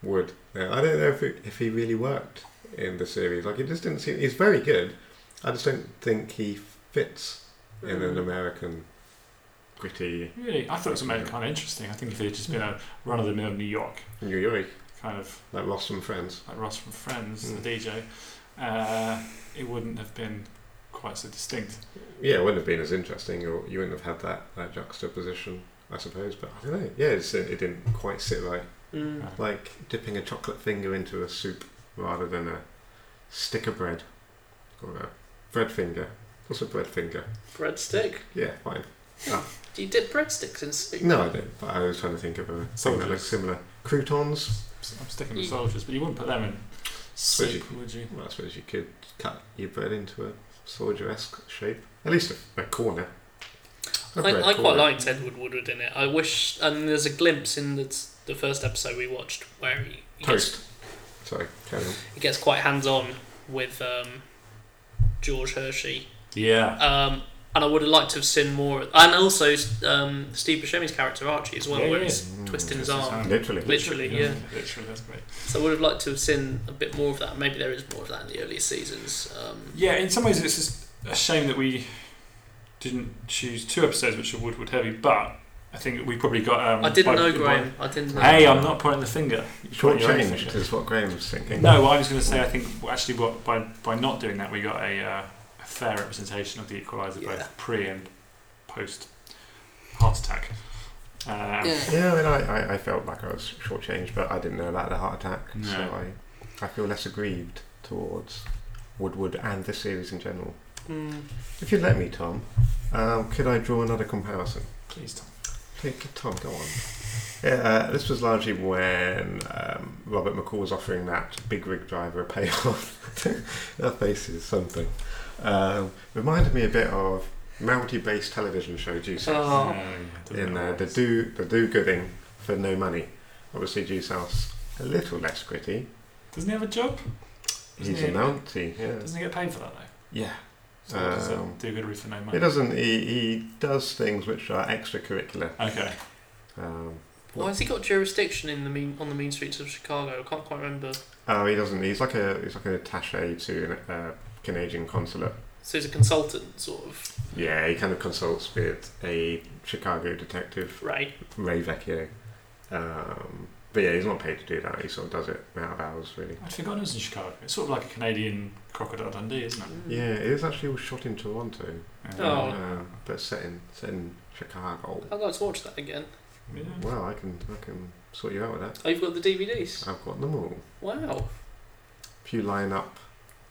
Speaker 1: would. uh, I don't know if it, if he really worked in the series. Like, it just didn't seem. He's very good. I just don't think he fits in
Speaker 2: Mm.
Speaker 1: an
Speaker 2: Um,
Speaker 1: American gritty
Speaker 3: Really, I thought it was made it kind of interesting. I think if it had just been a run of the mill New York
Speaker 1: New York,
Speaker 3: kind of
Speaker 1: like Ross and Friends. Hmm.
Speaker 3: like Ross from Friends,
Speaker 1: Mm.
Speaker 3: the DJ, uh, it wouldn't have been quite so distinct.
Speaker 1: Yeah, it wouldn't have been as interesting, or you wouldn't have had that, that juxtaposition, I suppose. But I don't know. Yeah, it's, it didn't quite sit right.
Speaker 2: Mm.
Speaker 3: Uh,
Speaker 1: Like dipping a chocolate finger into a soup rather than a stick of bread or a bread finger. What's a bread finger?
Speaker 2: Breadstick.
Speaker 1: Yeah, fine.
Speaker 2: Do you dip breadsticks in soup?
Speaker 1: No, I don't. But I was trying to think of a thing that
Speaker 3: Soldiers.
Speaker 1: looks similar. Croutons.
Speaker 3: I'm sticking with
Speaker 2: You-
Speaker 3: soldiers, but you wouldn't put them in
Speaker 1: Would you?
Speaker 3: soup, would you?
Speaker 1: Well, I suppose you could cut your bread into a soldier-esque shape. At least a, a corner. A bread
Speaker 2: I, I quite
Speaker 1: corner.
Speaker 2: liked Edward Woodward in it. I wish, and there's a glimpse in the, the first episode we watched where he, he, gets,
Speaker 1: toast. Sorry, carry on.
Speaker 2: he gets quite hands on with um, George Hershey.
Speaker 3: Yeah.
Speaker 2: Um, and I would have liked to have seen more. And also um, Steve Buscemi's character Archie as well,
Speaker 3: Yeah,
Speaker 2: where
Speaker 3: yeah.
Speaker 2: he's twisting his
Speaker 3: Twists his
Speaker 2: arm.
Speaker 3: arm.
Speaker 1: Literally.
Speaker 2: Literally, yeah.
Speaker 3: Literally, that's great.
Speaker 2: So I would have liked to have seen a bit more of that. Maybe there is more of that in the early seasons. Um,
Speaker 3: Yeah, in some ways, it's just a shame that we didn't choose two episodes which are Woodward heavy, but I think we probably got. Um,
Speaker 2: I didn't
Speaker 3: by-
Speaker 2: know,
Speaker 3: by-
Speaker 2: Graham. I didn't know.
Speaker 3: Hey, uh, I'm not pointing the finger.
Speaker 1: Short
Speaker 3: Pointing your own
Speaker 1: change
Speaker 3: finger.
Speaker 1: Mm. is what Graham's thinking.
Speaker 3: No, what I was going to say, I think actually, what by by not doing that, we got a, uh, a fair representation of the Equalizer,
Speaker 2: Yeah.
Speaker 3: both pre and post heart attack. Uh,
Speaker 2: Yeah.
Speaker 1: Yeah, I mean, I, I, I felt like I was shortchanged, but I didn't know about the heart attack,
Speaker 3: No.
Speaker 1: so I, I feel less aggrieved towards Woodward and the series in general.
Speaker 2: Mm.
Speaker 1: If you'd let me, Tom, um, could I draw another comparison?
Speaker 3: Please, Tom.
Speaker 1: Take Tom, go on. Yeah, uh, this was largely when um, Robert McCall was offering that big rig driver a payoff. Their face is something. Um, reminded me a bit of Mountie-based television show Juice House
Speaker 2: Oh.
Speaker 1: in uh, the do the do gooding for no money. Obviously, Juice House a little less gritty.
Speaker 3: Doesn't he have a job? Doesn't
Speaker 1: He's
Speaker 3: he-
Speaker 1: a mountie, yeah.
Speaker 3: Doesn't he get paid for that though?
Speaker 1: Yeah,
Speaker 3: So what does
Speaker 1: Um,
Speaker 3: that do good for no money?
Speaker 1: he doesn't. He, he does things which are extracurricular.
Speaker 3: Okay.
Speaker 1: Um,
Speaker 2: Why has he got jurisdiction in the mean, on the mean streets of Chicago? I can't quite remember.
Speaker 1: oh, he doesn't. He's like a he's like an attaché to a uh, Canadian consulate.
Speaker 2: So he's a consultant, sort of.
Speaker 1: Yeah, he kind of consults with a Chicago detective,
Speaker 2: Right.
Speaker 1: Ray Vecchio. Um, but yeah, he's not paid to do that. He sort of does it out of hours, really.
Speaker 3: I'd forgotten it was in Chicago. It's sort of like a Canadian crocodile Dundee, isn't
Speaker 2: Mm.
Speaker 3: it?
Speaker 1: Yeah, it is actually all shot in Toronto.
Speaker 2: Oh.
Speaker 1: Uh, but set in set in Chicago.
Speaker 2: I'd like to watch that again.
Speaker 3: Yeah.
Speaker 1: Well, I can I can sort you out with that.
Speaker 2: Oh, you've got the DVDs.
Speaker 1: I've got them all.
Speaker 2: Wow.
Speaker 1: If you line up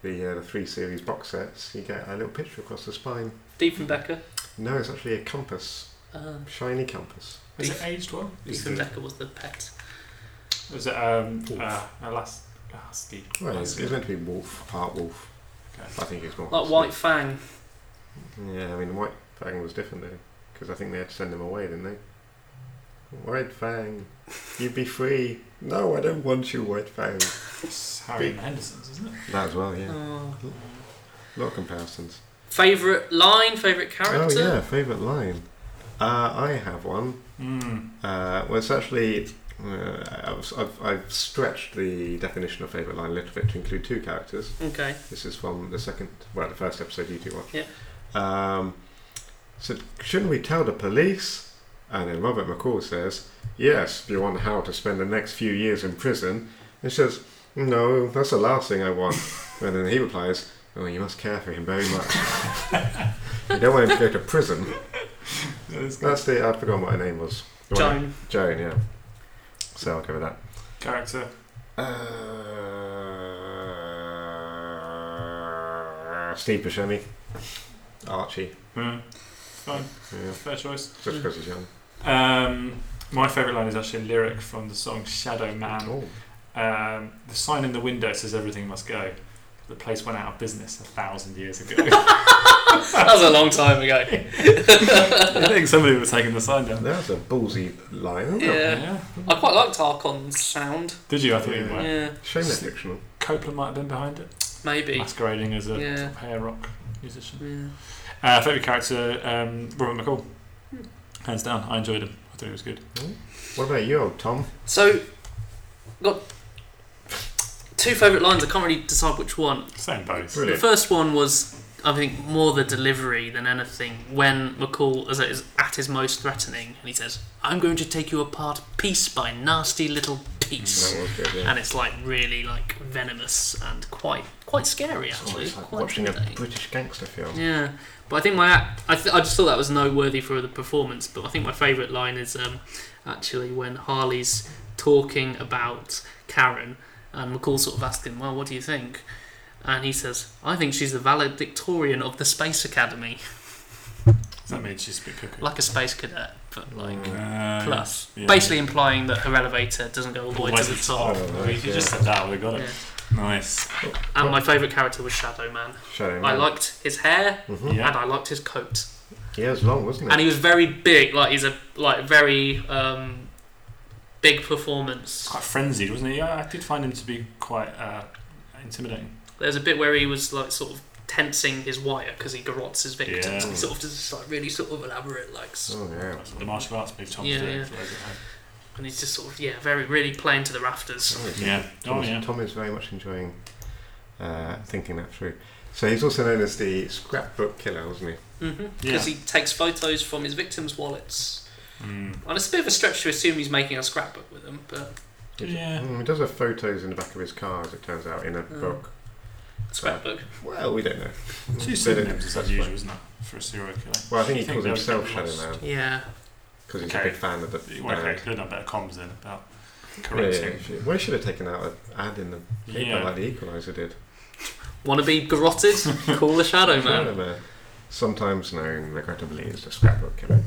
Speaker 1: the uh, the three series box sets, you get a little picture across the spine.
Speaker 2: Diefenbecker.
Speaker 1: No, it's actually a compass,
Speaker 2: Uh,
Speaker 1: shiny compass.
Speaker 3: Is
Speaker 2: Beef.
Speaker 3: it aged well? Is it,
Speaker 2: Diefenbecker was the pet.
Speaker 3: is it um,
Speaker 1: Wolf.
Speaker 3: uh, a las- a husky?
Speaker 1: Well, it's,
Speaker 3: Husky.
Speaker 1: it's meant to be wolf, part wolf.
Speaker 3: Okay.
Speaker 1: I think it's more
Speaker 2: Like White Fang.
Speaker 1: Yeah, I mean White Fang was different though, because I think they had to send him away, didn't they? White Fang, you'd be free. No, I don't want you, White Fang.
Speaker 3: It's Harry and the Hendersons, isn't it?
Speaker 1: That as well, yeah.
Speaker 2: Oh.
Speaker 1: A lot of comparisons.
Speaker 2: Favourite line, favourite
Speaker 1: Oh yeah,
Speaker 2: character?
Speaker 1: favorite line. Uh, I have one.
Speaker 3: Mm.
Speaker 1: Uh, well, it's actually uh, I've, I've, I've stretched the definition of favorite line a little bit to include two characters.
Speaker 2: Okay.
Speaker 1: This is from the second, well, the first episode you two watched.
Speaker 2: Yeah.
Speaker 1: Um, so shouldn't we tell the police? And then Robert McCall says, "Yes, you want Hal to spend the next few years in prison." And she says, "No, that's the last thing I want." and then he replies, "Oh, you must care for him very much. you don't want him to go to prison."
Speaker 3: That is good.
Speaker 1: That's the I'd forgotten what her name was. The one-
Speaker 2: Joan.
Speaker 1: Joan, yeah. So I'll go with that.
Speaker 3: Character.
Speaker 1: Uh, Steve Buscemi, Archie.
Speaker 3: Yeah. Fine.
Speaker 1: Yeah,
Speaker 3: Fair choice.
Speaker 1: just because he's young.
Speaker 3: Um, my favourite line is actually a lyric from the song Shadow Man.
Speaker 1: Oh.
Speaker 3: Um, the sign in the window says everything must go. The place went out of business a thousand years ago.
Speaker 2: That was a long time ago.
Speaker 3: I think somebody was taking the sign down.
Speaker 1: That's a ballsy line. isn't it?
Speaker 2: Yeah. I quite liked Harkon's sound.
Speaker 3: Did you? I thought you
Speaker 1: Yeah.
Speaker 3: might.
Speaker 2: Yeah.
Speaker 1: Shame they're fictional.
Speaker 3: Copeland might have been behind it,
Speaker 2: Maybe.
Speaker 3: masquerading as a
Speaker 2: Yeah.
Speaker 3: hair rock musician.
Speaker 2: Yeah.
Speaker 3: Uh, Favourite character, um, Robert McCall. Hands down, I enjoyed him. I thought he was good.
Speaker 1: What about you, old Tom?
Speaker 2: So, got two favourite lines. I can't really decide which one.
Speaker 3: Same boat.
Speaker 1: Brilliant.
Speaker 2: The first one was I think more the delivery than anything. When McCall is at his, at his most threatening, and he says, "I'm going to take you apart piece by nasty little piece,"
Speaker 1: That was good, yeah.
Speaker 2: and it's like really like venomous and quite quite scary
Speaker 1: It's
Speaker 2: actually.
Speaker 1: almost like
Speaker 2: quite
Speaker 1: watching a
Speaker 2: intimidating.
Speaker 1: British gangster film.
Speaker 2: Yeah, but I think my act- I, th- I just thought that was noteworthy for the performance. But I think my favourite line is um, actually when Harley's talking about Karen, and McCall sort of asking, "Well, what do you think?" And he says, "I think she's the valedictorian of the Space Academy,
Speaker 3: Does that mean she's a bit cuckoo?
Speaker 2: like a space cadet, but like
Speaker 3: Uh,
Speaker 2: plus."
Speaker 3: yeah.
Speaker 2: Basically implying that her elevator doesn't go all the way to the
Speaker 3: Always
Speaker 2: top.
Speaker 1: top.
Speaker 3: Oh, if you just said that, we got it.
Speaker 2: Yeah.
Speaker 3: Nice.
Speaker 2: And my favourite character was Shadow Man.
Speaker 1: Shadow
Speaker 2: I
Speaker 1: Man.
Speaker 2: liked his hair
Speaker 1: Mhm.
Speaker 3: Yeah.
Speaker 2: and I liked his coat.
Speaker 1: Yeah, it was long, wasn't it?
Speaker 2: and he was very big. Like he's a like very um, big performance.
Speaker 3: Quite frenzied, wasn't he? Yeah, I did find him to be quite uh, intimidating.
Speaker 2: There's a bit where he was like sort of tensing his wire because he garrots his victims.
Speaker 3: Yeah.
Speaker 2: And he sort of does this like really sort of elaborate like, s-
Speaker 1: Oh yeah.
Speaker 3: That's what the martial arts move Tom's
Speaker 2: Yeah,
Speaker 3: doing.
Speaker 2: yeah. and he's just sort of yeah, very really playing to the rafters.
Speaker 1: Oh, it's-
Speaker 3: Yeah. Oh,
Speaker 1: Tom,
Speaker 3: yeah.
Speaker 1: Tom is very much enjoying uh, thinking that through. So he's also known as the scrapbook killer, wasn't he?
Speaker 2: Because
Speaker 3: Yeah.
Speaker 2: Mm-hmm. he takes photos from his victims' wallets.
Speaker 3: Mm.
Speaker 2: And it's a bit of a stretch to assume he's making a scrapbook with them, but
Speaker 3: Yeah.
Speaker 1: Mm, he does have photos in the back of his car, as it turns out, in a book.
Speaker 2: scrapbook.
Speaker 1: Well, we don't know.
Speaker 3: Two
Speaker 1: They don't-
Speaker 3: pseudonyms is
Speaker 1: that's
Speaker 3: unusual,
Speaker 1: fine.
Speaker 3: isn't it? For a serial killer.
Speaker 1: Well, I think he
Speaker 3: Think
Speaker 1: calls
Speaker 3: they'll
Speaker 1: himself
Speaker 3: get
Speaker 1: Shadow
Speaker 3: lost.
Speaker 1: Man
Speaker 2: Yeah,
Speaker 1: because he's
Speaker 3: Okay.
Speaker 1: a big fan of the band.
Speaker 3: You work out, could have done better comms then about
Speaker 1: Yeah,
Speaker 3: correcting.
Speaker 1: yeah, yeah. Well, he should have taken out an ad in the paper
Speaker 3: Yeah.
Speaker 1: like the Equalizer did.
Speaker 2: want to be garroted? Call the Shadow Man.
Speaker 1: Shadow Man, sometimes known regrettably as the scrapbook killer.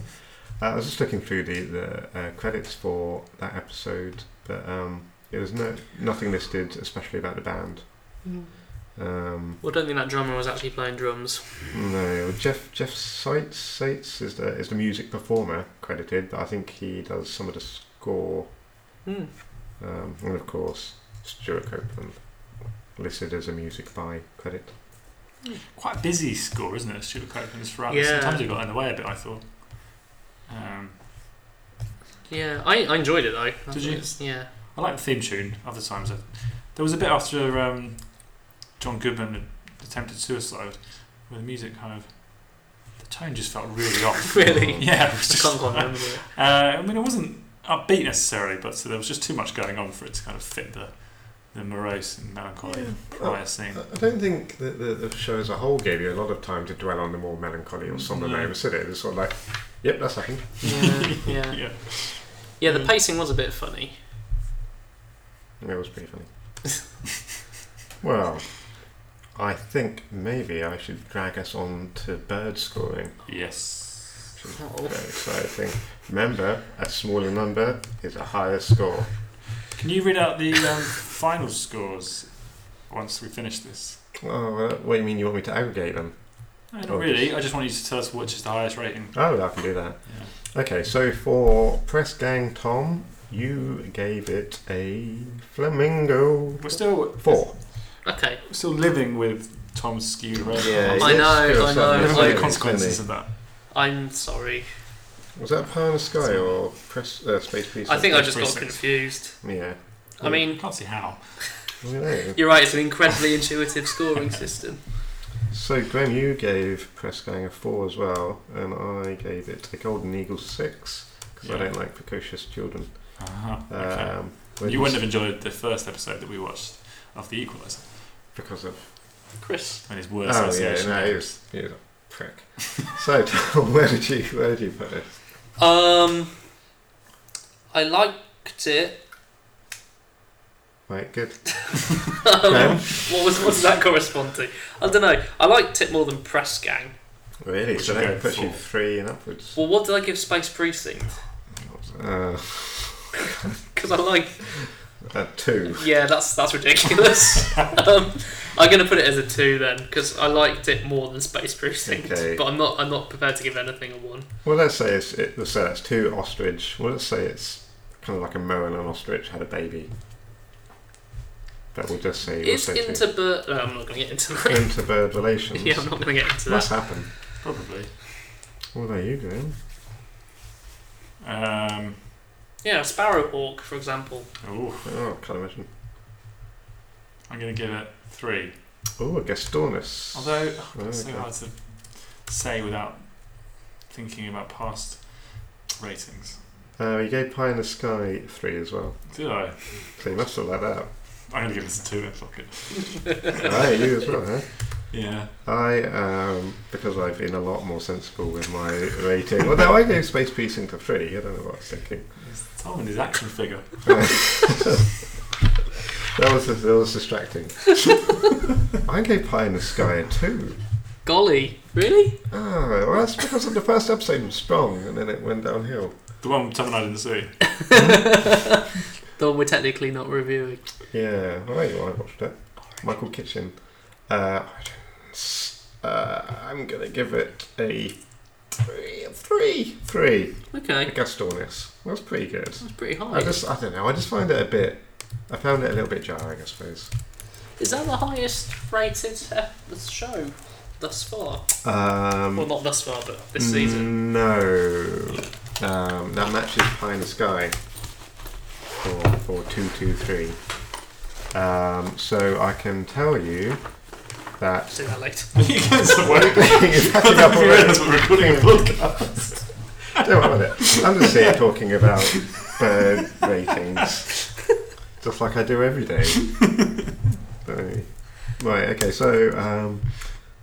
Speaker 1: Uh, I was just looking through the the uh, credits for that episode, but um, there was no nothing listed, especially about the band. Um,
Speaker 2: Well, I don't think that drummer was actually playing drums.
Speaker 1: No, Jeff Jeff Seitz, Seitz is the is the music performer credited, but I think he does some of the score,
Speaker 2: Hmm.
Speaker 1: um, and of course Stuart Copeland listed as a music by credit.
Speaker 3: Quite a busy score, isn't it? Stuart Copeland's for us.
Speaker 2: Yeah.
Speaker 3: Sometimes it got in the way a bit, I thought. Um,
Speaker 2: Yeah, I, I enjoyed it though. I thought
Speaker 3: you?
Speaker 2: it was- Yeah.
Speaker 3: I like the theme tune. Other times, i there was a bit after um, John Goodman had attempted suicide, where the music kind of the tone just felt really off.
Speaker 2: Really?
Speaker 3: Yeah. It was
Speaker 2: I
Speaker 3: just,
Speaker 2: can't quite
Speaker 3: uh,
Speaker 2: remember it.
Speaker 3: I mean, it wasn't upbeat necessarily, but so there was just too much going on for it to kind of fit the the morose and melancholy prior scene.
Speaker 1: I don't think that the, the show as a whole gave you a lot of time to dwell on the more melancholy or somber
Speaker 3: No.
Speaker 1: moments, did it? It's sort of like, yep, that's happened.
Speaker 2: Yeah, yeah.
Speaker 3: yeah.
Speaker 2: Yeah, the pacing was a bit funny.
Speaker 1: It was pretty funny. well, I think maybe I should drag us on to bird scoring.
Speaker 3: Yes.
Speaker 2: Oh.
Speaker 1: Very exciting. Remember, a smaller number is a higher score.
Speaker 3: Can you read out the um, final scores once we finish this?
Speaker 1: Oh, well, what do you mean you want me to aggregate them?
Speaker 3: No, not
Speaker 1: Oh,
Speaker 3: really.
Speaker 1: yes.
Speaker 3: I just want you to tell us which is the highest rating.
Speaker 1: Oh, I can do that.
Speaker 3: Yeah.
Speaker 1: Okay, so for Press Gang Tom, you gave it a flamingo.
Speaker 3: We're still
Speaker 1: Four.
Speaker 2: Okay.
Speaker 3: we're still living with Tom's skewed rating.
Speaker 1: Yeah,
Speaker 2: I
Speaker 1: yes,
Speaker 2: know,
Speaker 1: feels
Speaker 2: I
Speaker 1: something,
Speaker 2: know.
Speaker 1: doesn't it,
Speaker 3: Living with the
Speaker 2: Absolutely.
Speaker 3: consequences
Speaker 1: doesn't
Speaker 3: of that.
Speaker 2: I'm sorry.
Speaker 1: it? Was that Pie in the Sky or Press uh, Space Piece?
Speaker 2: I think I just got
Speaker 3: Precinct.
Speaker 2: confused.
Speaker 1: Yeah.
Speaker 2: I mean,
Speaker 3: Can't see how.
Speaker 1: I don't know.
Speaker 2: you're right, it's an incredibly intuitive scoring system.
Speaker 1: So, Graham, you gave Press Gang a four as well, and I gave it a Golden Eagle six because
Speaker 3: Yeah.
Speaker 1: I don't like precocious children.
Speaker 3: Uh-huh.
Speaker 1: Um,
Speaker 3: okay.
Speaker 1: when
Speaker 3: You wouldn't have enjoyed the first episode that we watched of The Equalizer
Speaker 1: because of
Speaker 2: Chris.
Speaker 3: and his word
Speaker 1: Oh yeah,
Speaker 3: association.
Speaker 1: no, he was, he was a prick. so Tom, where did you where did you put it?
Speaker 2: Um, I liked it.
Speaker 1: Right, good.
Speaker 2: Um, what was what does that correspond to? I don't know. I liked it more than Press Gang.
Speaker 1: Really?
Speaker 3: What
Speaker 1: so
Speaker 3: you
Speaker 1: that
Speaker 3: going
Speaker 1: puts you
Speaker 3: for?
Speaker 1: three and upwards.
Speaker 2: Well, what did I give Space Precinct?
Speaker 1: Uh,
Speaker 2: Because I like.
Speaker 1: at two.
Speaker 2: Yeah, that's that's ridiculous. um, I'm gonna put it as a two then because I liked it more than Space Precinct.
Speaker 1: Okay.
Speaker 2: But I'm not I'm not prepared to give anything a one.
Speaker 1: Well, let's say it's it, let's say that's two ostrich. Well, let's say it's kind of like a moe and an ostrich had a baby. But we'll just say we'll
Speaker 2: Is
Speaker 1: say two.
Speaker 2: interbird? No, I'm not gonna get into that.
Speaker 1: Interbird relations.
Speaker 2: yeah, I'm not gonna get into
Speaker 1: Must
Speaker 2: that.
Speaker 1: happen.
Speaker 3: Probably.
Speaker 1: What about you, Graham?
Speaker 3: Um,
Speaker 2: Yeah, Sparrowhawk, for example.
Speaker 3: ooh,
Speaker 1: Oh, can't imagine.
Speaker 3: I'm going to give it three.
Speaker 1: Oh, I guess Stornus.
Speaker 3: Although oh,
Speaker 1: Oh,
Speaker 3: it's so
Speaker 1: okay.
Speaker 3: hard to say without thinking about past ratings.
Speaker 1: Uh, you gave Pie in the Sky three as well,
Speaker 3: Did I?
Speaker 1: so you must have let that out.
Speaker 3: I'm gonna give this a two then. Fuck it.
Speaker 1: Aye, you as well, huh?
Speaker 3: Yeah.
Speaker 1: I um because I've been a lot more sensible with my rating. Although I gave Space Precinct a three. I don't know what I was thinking.
Speaker 3: Tom and his action figure.
Speaker 1: That was that was distracting. I gave Pie in the Sky a two.
Speaker 2: Golly, really?
Speaker 1: Ah, well, that's because of the first episode was strong, and then it went downhill.
Speaker 3: The one Tom and I didn't see.
Speaker 2: The one we're technically not reviewing.
Speaker 1: Yeah, well, there you are, I watched it. Michael Kitchen. Uh, Origins. Uh, I'm gonna give it a three, three, three.
Speaker 2: Okay,
Speaker 1: Gastonis. That was pretty good.
Speaker 2: that's pretty
Speaker 1: I
Speaker 2: high.
Speaker 1: just, I don't know. I just find it a bit. I found it a little bit jarring, I suppose.
Speaker 2: Is that the highest rated uh, show thus far?
Speaker 1: Um,
Speaker 2: Well, not thus far, but this
Speaker 1: Mm.
Speaker 2: season.
Speaker 1: No. Um, that matches Pie in the Sky for, for 223. Um, so I can tell you that.
Speaker 2: See that later.
Speaker 3: you guys are working.
Speaker 1: It's
Speaker 3: I
Speaker 1: backing up
Speaker 3: don't think we
Speaker 1: already.
Speaker 3: realised we're recording a podcast.
Speaker 1: Don't worry about it. I'm just here talking about bird ratings, just like I do every day. So, right, okay, so um,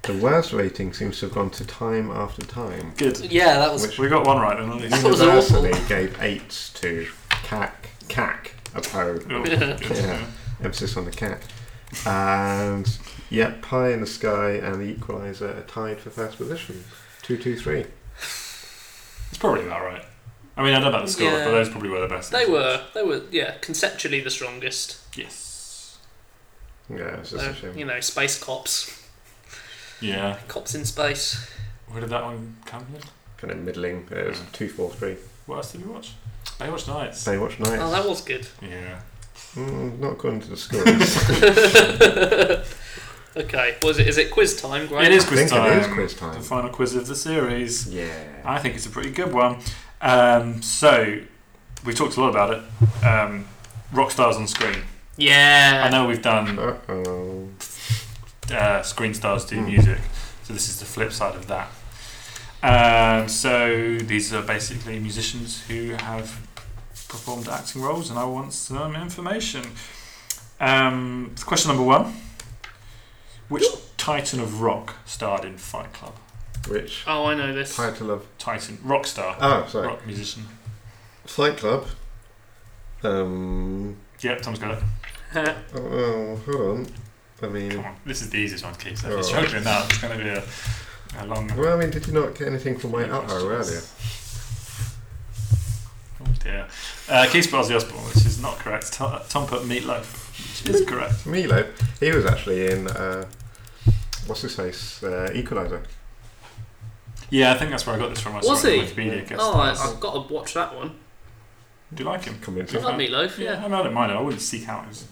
Speaker 1: the worst rating seems to have gone to time after time.
Speaker 3: Good.
Speaker 2: Yeah, that was.
Speaker 1: Which
Speaker 3: We got one right then, at least.
Speaker 2: That was awful.
Speaker 1: universally gave eights to cack, cack, a po.
Speaker 3: Oh, good.
Speaker 1: Yeah. Emphasis on the cat. And yep, Pie in the Sky and The Equalizer are tied for first position. Two, two, three.
Speaker 3: It's probably about right. I mean, I don't know about the score,
Speaker 2: Yeah.
Speaker 3: but those probably were the best.
Speaker 2: They were, they were, yeah, conceptually the strongest.
Speaker 3: Yes.
Speaker 1: Yeah, it's just
Speaker 3: Uh,
Speaker 2: They're,
Speaker 1: a shame.
Speaker 2: you know, space cops,
Speaker 3: Yeah.
Speaker 2: cops in space.
Speaker 3: Where did that one come from?
Speaker 1: Kind of middling. It was
Speaker 3: Yeah.
Speaker 1: two, four, three.
Speaker 3: What else did we watch? Baywatch Nights.
Speaker 1: Baywatch Nights.
Speaker 2: Oh, that was good.
Speaker 3: Yeah.
Speaker 1: Mm, not according to the scores.
Speaker 2: okay, was it? Is it quiz time? Great.
Speaker 3: It is
Speaker 1: I
Speaker 3: quiz
Speaker 1: think
Speaker 3: time.
Speaker 1: it is quiz time.
Speaker 3: The final quiz of the series.
Speaker 1: Yeah.
Speaker 3: I think it's a pretty good one. Um, so, we talked a lot about it. Um, rock stars on screen. I
Speaker 2: Yeah.
Speaker 3: know we've done
Speaker 1: Uh oh.
Speaker 3: uh, screen stars do
Speaker 1: Hmm.
Speaker 3: music. So this is the flip side of that. Um, so these are basically musicians who have performed acting roles, and I want some information. Um, so question number one: Which Titan of rock starred in Fight Club?
Speaker 1: Which
Speaker 2: Oh, I know this.
Speaker 1: title of.
Speaker 3: Titan rock star,
Speaker 1: Oh, sorry.
Speaker 3: rock musician.
Speaker 1: Fight Club. Um.
Speaker 3: Yep, Tom's got it.
Speaker 1: Oh, oh, hold on. I
Speaker 3: Come
Speaker 1: mean.
Speaker 3: on, this is the easiest one to keep. So if you're
Speaker 1: Alright.
Speaker 3: struggling now, it's going to be a, a long.
Speaker 1: Well, I mean, did you not get anything from my uh oh earlier?
Speaker 3: Oh dear. Uh, Keith Basley Osborne, which is not correct. Tom, uh, Tom put meatloaf, which is correct.
Speaker 1: Milo, he was actually in uh, what's his face, uh, Equalizer.
Speaker 3: Yeah, I think that's where I got this from. I saw
Speaker 2: Was
Speaker 3: it on
Speaker 2: he?
Speaker 3: Wikipedia. guess
Speaker 2: Oh, I,
Speaker 3: that's-
Speaker 2: I've got to watch that one.
Speaker 3: Do you like him?
Speaker 1: Convinced.
Speaker 2: I
Speaker 1: Have
Speaker 3: Yeah.
Speaker 2: like Meatloaf. Yeah.
Speaker 3: I, mean, I don't mind it. I wouldn't seek out his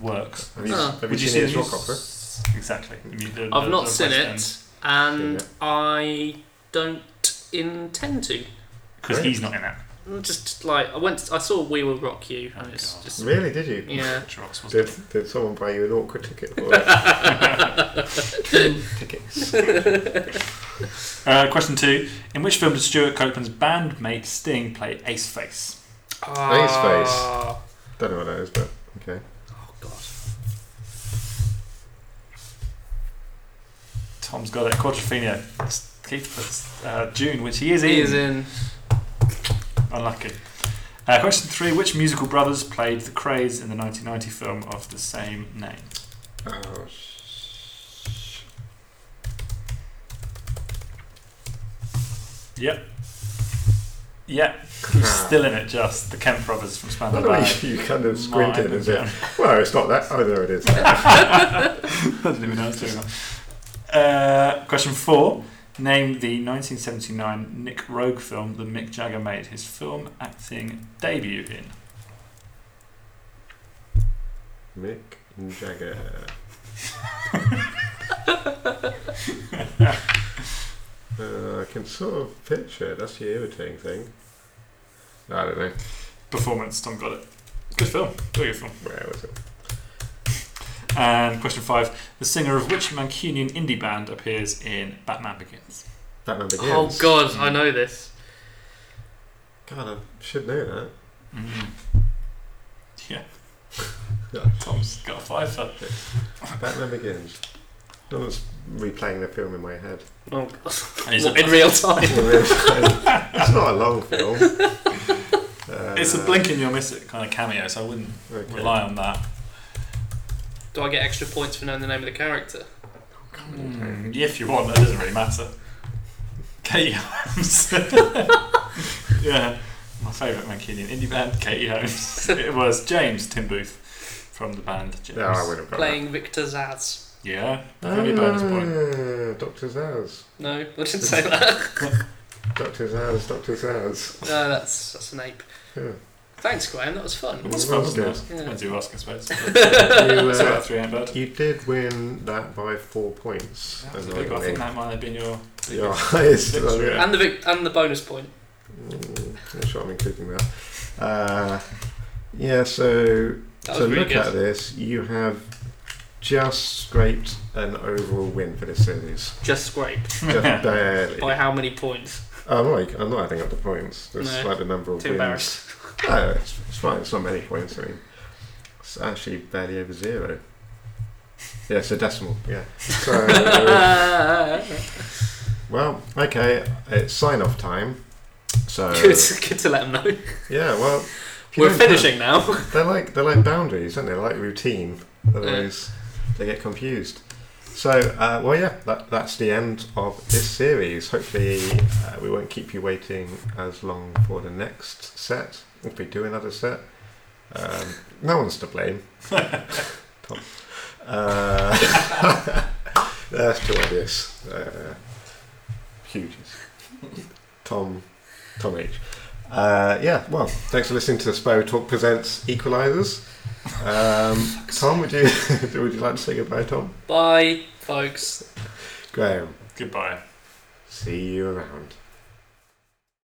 Speaker 3: works.
Speaker 1: you,
Speaker 2: Ah.
Speaker 1: have you
Speaker 3: Would
Speaker 1: seen
Speaker 3: see
Speaker 1: his
Speaker 3: the
Speaker 1: rock
Speaker 3: news?
Speaker 1: opera?
Speaker 3: Exactly. I mean, the-
Speaker 2: I've
Speaker 3: the-
Speaker 2: not
Speaker 3: the
Speaker 2: seen
Speaker 3: West
Speaker 2: it,
Speaker 3: End.
Speaker 2: and
Speaker 1: Yeah.
Speaker 2: I don't intend to. Mm,
Speaker 3: 'Cause
Speaker 1: Great.
Speaker 3: he's not in it.
Speaker 2: Just like I went, I saw We Will Rock You, and
Speaker 3: Oh,
Speaker 2: it's
Speaker 3: God.
Speaker 2: just
Speaker 1: Really? Did you?
Speaker 2: yeah.
Speaker 3: Which rocks, wasn't
Speaker 1: Did,
Speaker 3: it?
Speaker 1: did someone buy you an awkward ticket for it? Two tickets.
Speaker 3: Uh, question two. In which film did Stuart Copeland's bandmate Sting play Ace Face?
Speaker 2: Ah.
Speaker 1: Don't know what that is, but okay.
Speaker 2: Oh God.
Speaker 3: Tom's got it. Quadrophenia. Keith puts uh, June, which he is
Speaker 2: He
Speaker 3: in.
Speaker 2: is in.
Speaker 3: Unlucky. Uh, question three: Which musical brothers played the Craze in the 1990 film of the same name?
Speaker 1: Oh, sh-
Speaker 3: Yep. Yep. Who's still in it? Just the Kemp brothers from
Speaker 1: I
Speaker 3: Spandau
Speaker 1: don't know
Speaker 3: Ballet.
Speaker 1: why you kind of
Speaker 3: Mine.
Speaker 1: squinted as if, well, it's not that. Oh, there it is. That
Speaker 3: I didn't even know I was doing that. Uh, question four: Name the 1979 Nick Rogue film that Mick Jagger made his film acting debut in.
Speaker 1: Mick Jagger. uh, I can sort of picture it. That's the irritating thing. I don't know.
Speaker 3: Performance. Tom got it. Good film. Very good film.
Speaker 1: Where was it?
Speaker 3: And question five: The singer of which Mancunian indie band appears in Batman Begins?
Speaker 1: Batman Begins.
Speaker 2: Oh god, I know this.
Speaker 1: God, I should know that.
Speaker 3: Mm. Yeah.
Speaker 1: Yeah.
Speaker 3: Tom's got a fiver.
Speaker 1: Batman Begins. I was replaying the film in my head.
Speaker 2: Oh god.
Speaker 3: Is
Speaker 2: What,
Speaker 3: it-
Speaker 2: in real time.
Speaker 1: it's not a long film. Uh,
Speaker 3: It's a blink and you'll miss it kind of cameo, so I wouldn't
Speaker 1: okay.
Speaker 3: rely on that.
Speaker 2: Do I get extra points for knowing the name of the character?
Speaker 3: Mm, if you want, that doesn't really matter. Katie Holmes. yeah, my favourite Mancunian indie band, Katie Holmes. It was James Tim Booth from the band James.
Speaker 1: No, I wouldn't have got
Speaker 2: Playing Victor Zaz.
Speaker 3: Yeah,
Speaker 1: that.
Speaker 3: that'd be a
Speaker 2: Oh,
Speaker 3: bonus point.
Speaker 1: Ah, Dr. Zaz.
Speaker 2: No, I didn't say that.
Speaker 1: Dr. Zaz, Dr. Zaz.
Speaker 2: no, that's that's an ape.
Speaker 1: Yeah.
Speaker 2: Thanks, Graham. That was
Speaker 3: It
Speaker 2: fun.
Speaker 3: was fun, wasn't
Speaker 1: That's
Speaker 3: it?
Speaker 2: good. Yeah.
Speaker 3: Went to Oscar space.
Speaker 1: Oh. You,
Speaker 3: It's
Speaker 1: uh,
Speaker 3: about three ain't bad.
Speaker 1: you did win that by four points.
Speaker 3: That was a big one. I think that might have been your.
Speaker 1: Your
Speaker 3: biggest
Speaker 1: highest.
Speaker 3: victory.
Speaker 1: Yeah.
Speaker 2: And the vic- and the bonus point.
Speaker 1: Mm, not sure I'm including that. Uh, yeah, so
Speaker 2: That
Speaker 1: so
Speaker 2: was really
Speaker 1: look at
Speaker 2: good.
Speaker 1: this. You have just scraped an overall win for this series,
Speaker 2: Just scraped.
Speaker 1: just barely.
Speaker 2: By how many points?
Speaker 1: I'm like, I'm not adding up the points. That's
Speaker 2: No.
Speaker 1: like the number of
Speaker 2: Too
Speaker 1: wins.
Speaker 2: embarrassed.
Speaker 1: No, it's, it's fine. It's not many points. I mean, it's actually barely over zero. Yeah, it's a decimal. Yeah. So, uh, well, okay, it's sign off time. So
Speaker 2: good, good to let them know.
Speaker 1: yeah, well, if you
Speaker 2: We're
Speaker 1: don't have-
Speaker 2: finishing now.
Speaker 1: They're like they're like boundaries, aren't they? They're like routine. Otherwise, they get confused. So, uh, well, yeah, that, that's the end of this series. Hopefully, uh, we won't keep you waiting as long for the next set. If we do another set, um, no one's to blame. Tom. Uh, that's too obvious. Uh, huge. Tom. Tom H. Uh, yeah, well, thanks for listening to Sparrow Talk Presents Equalizers. Um, Tom, would you would you like to say goodbye, Tom?
Speaker 2: Bye, folks.
Speaker 1: Graham,
Speaker 3: Goodbye.
Speaker 1: see you around.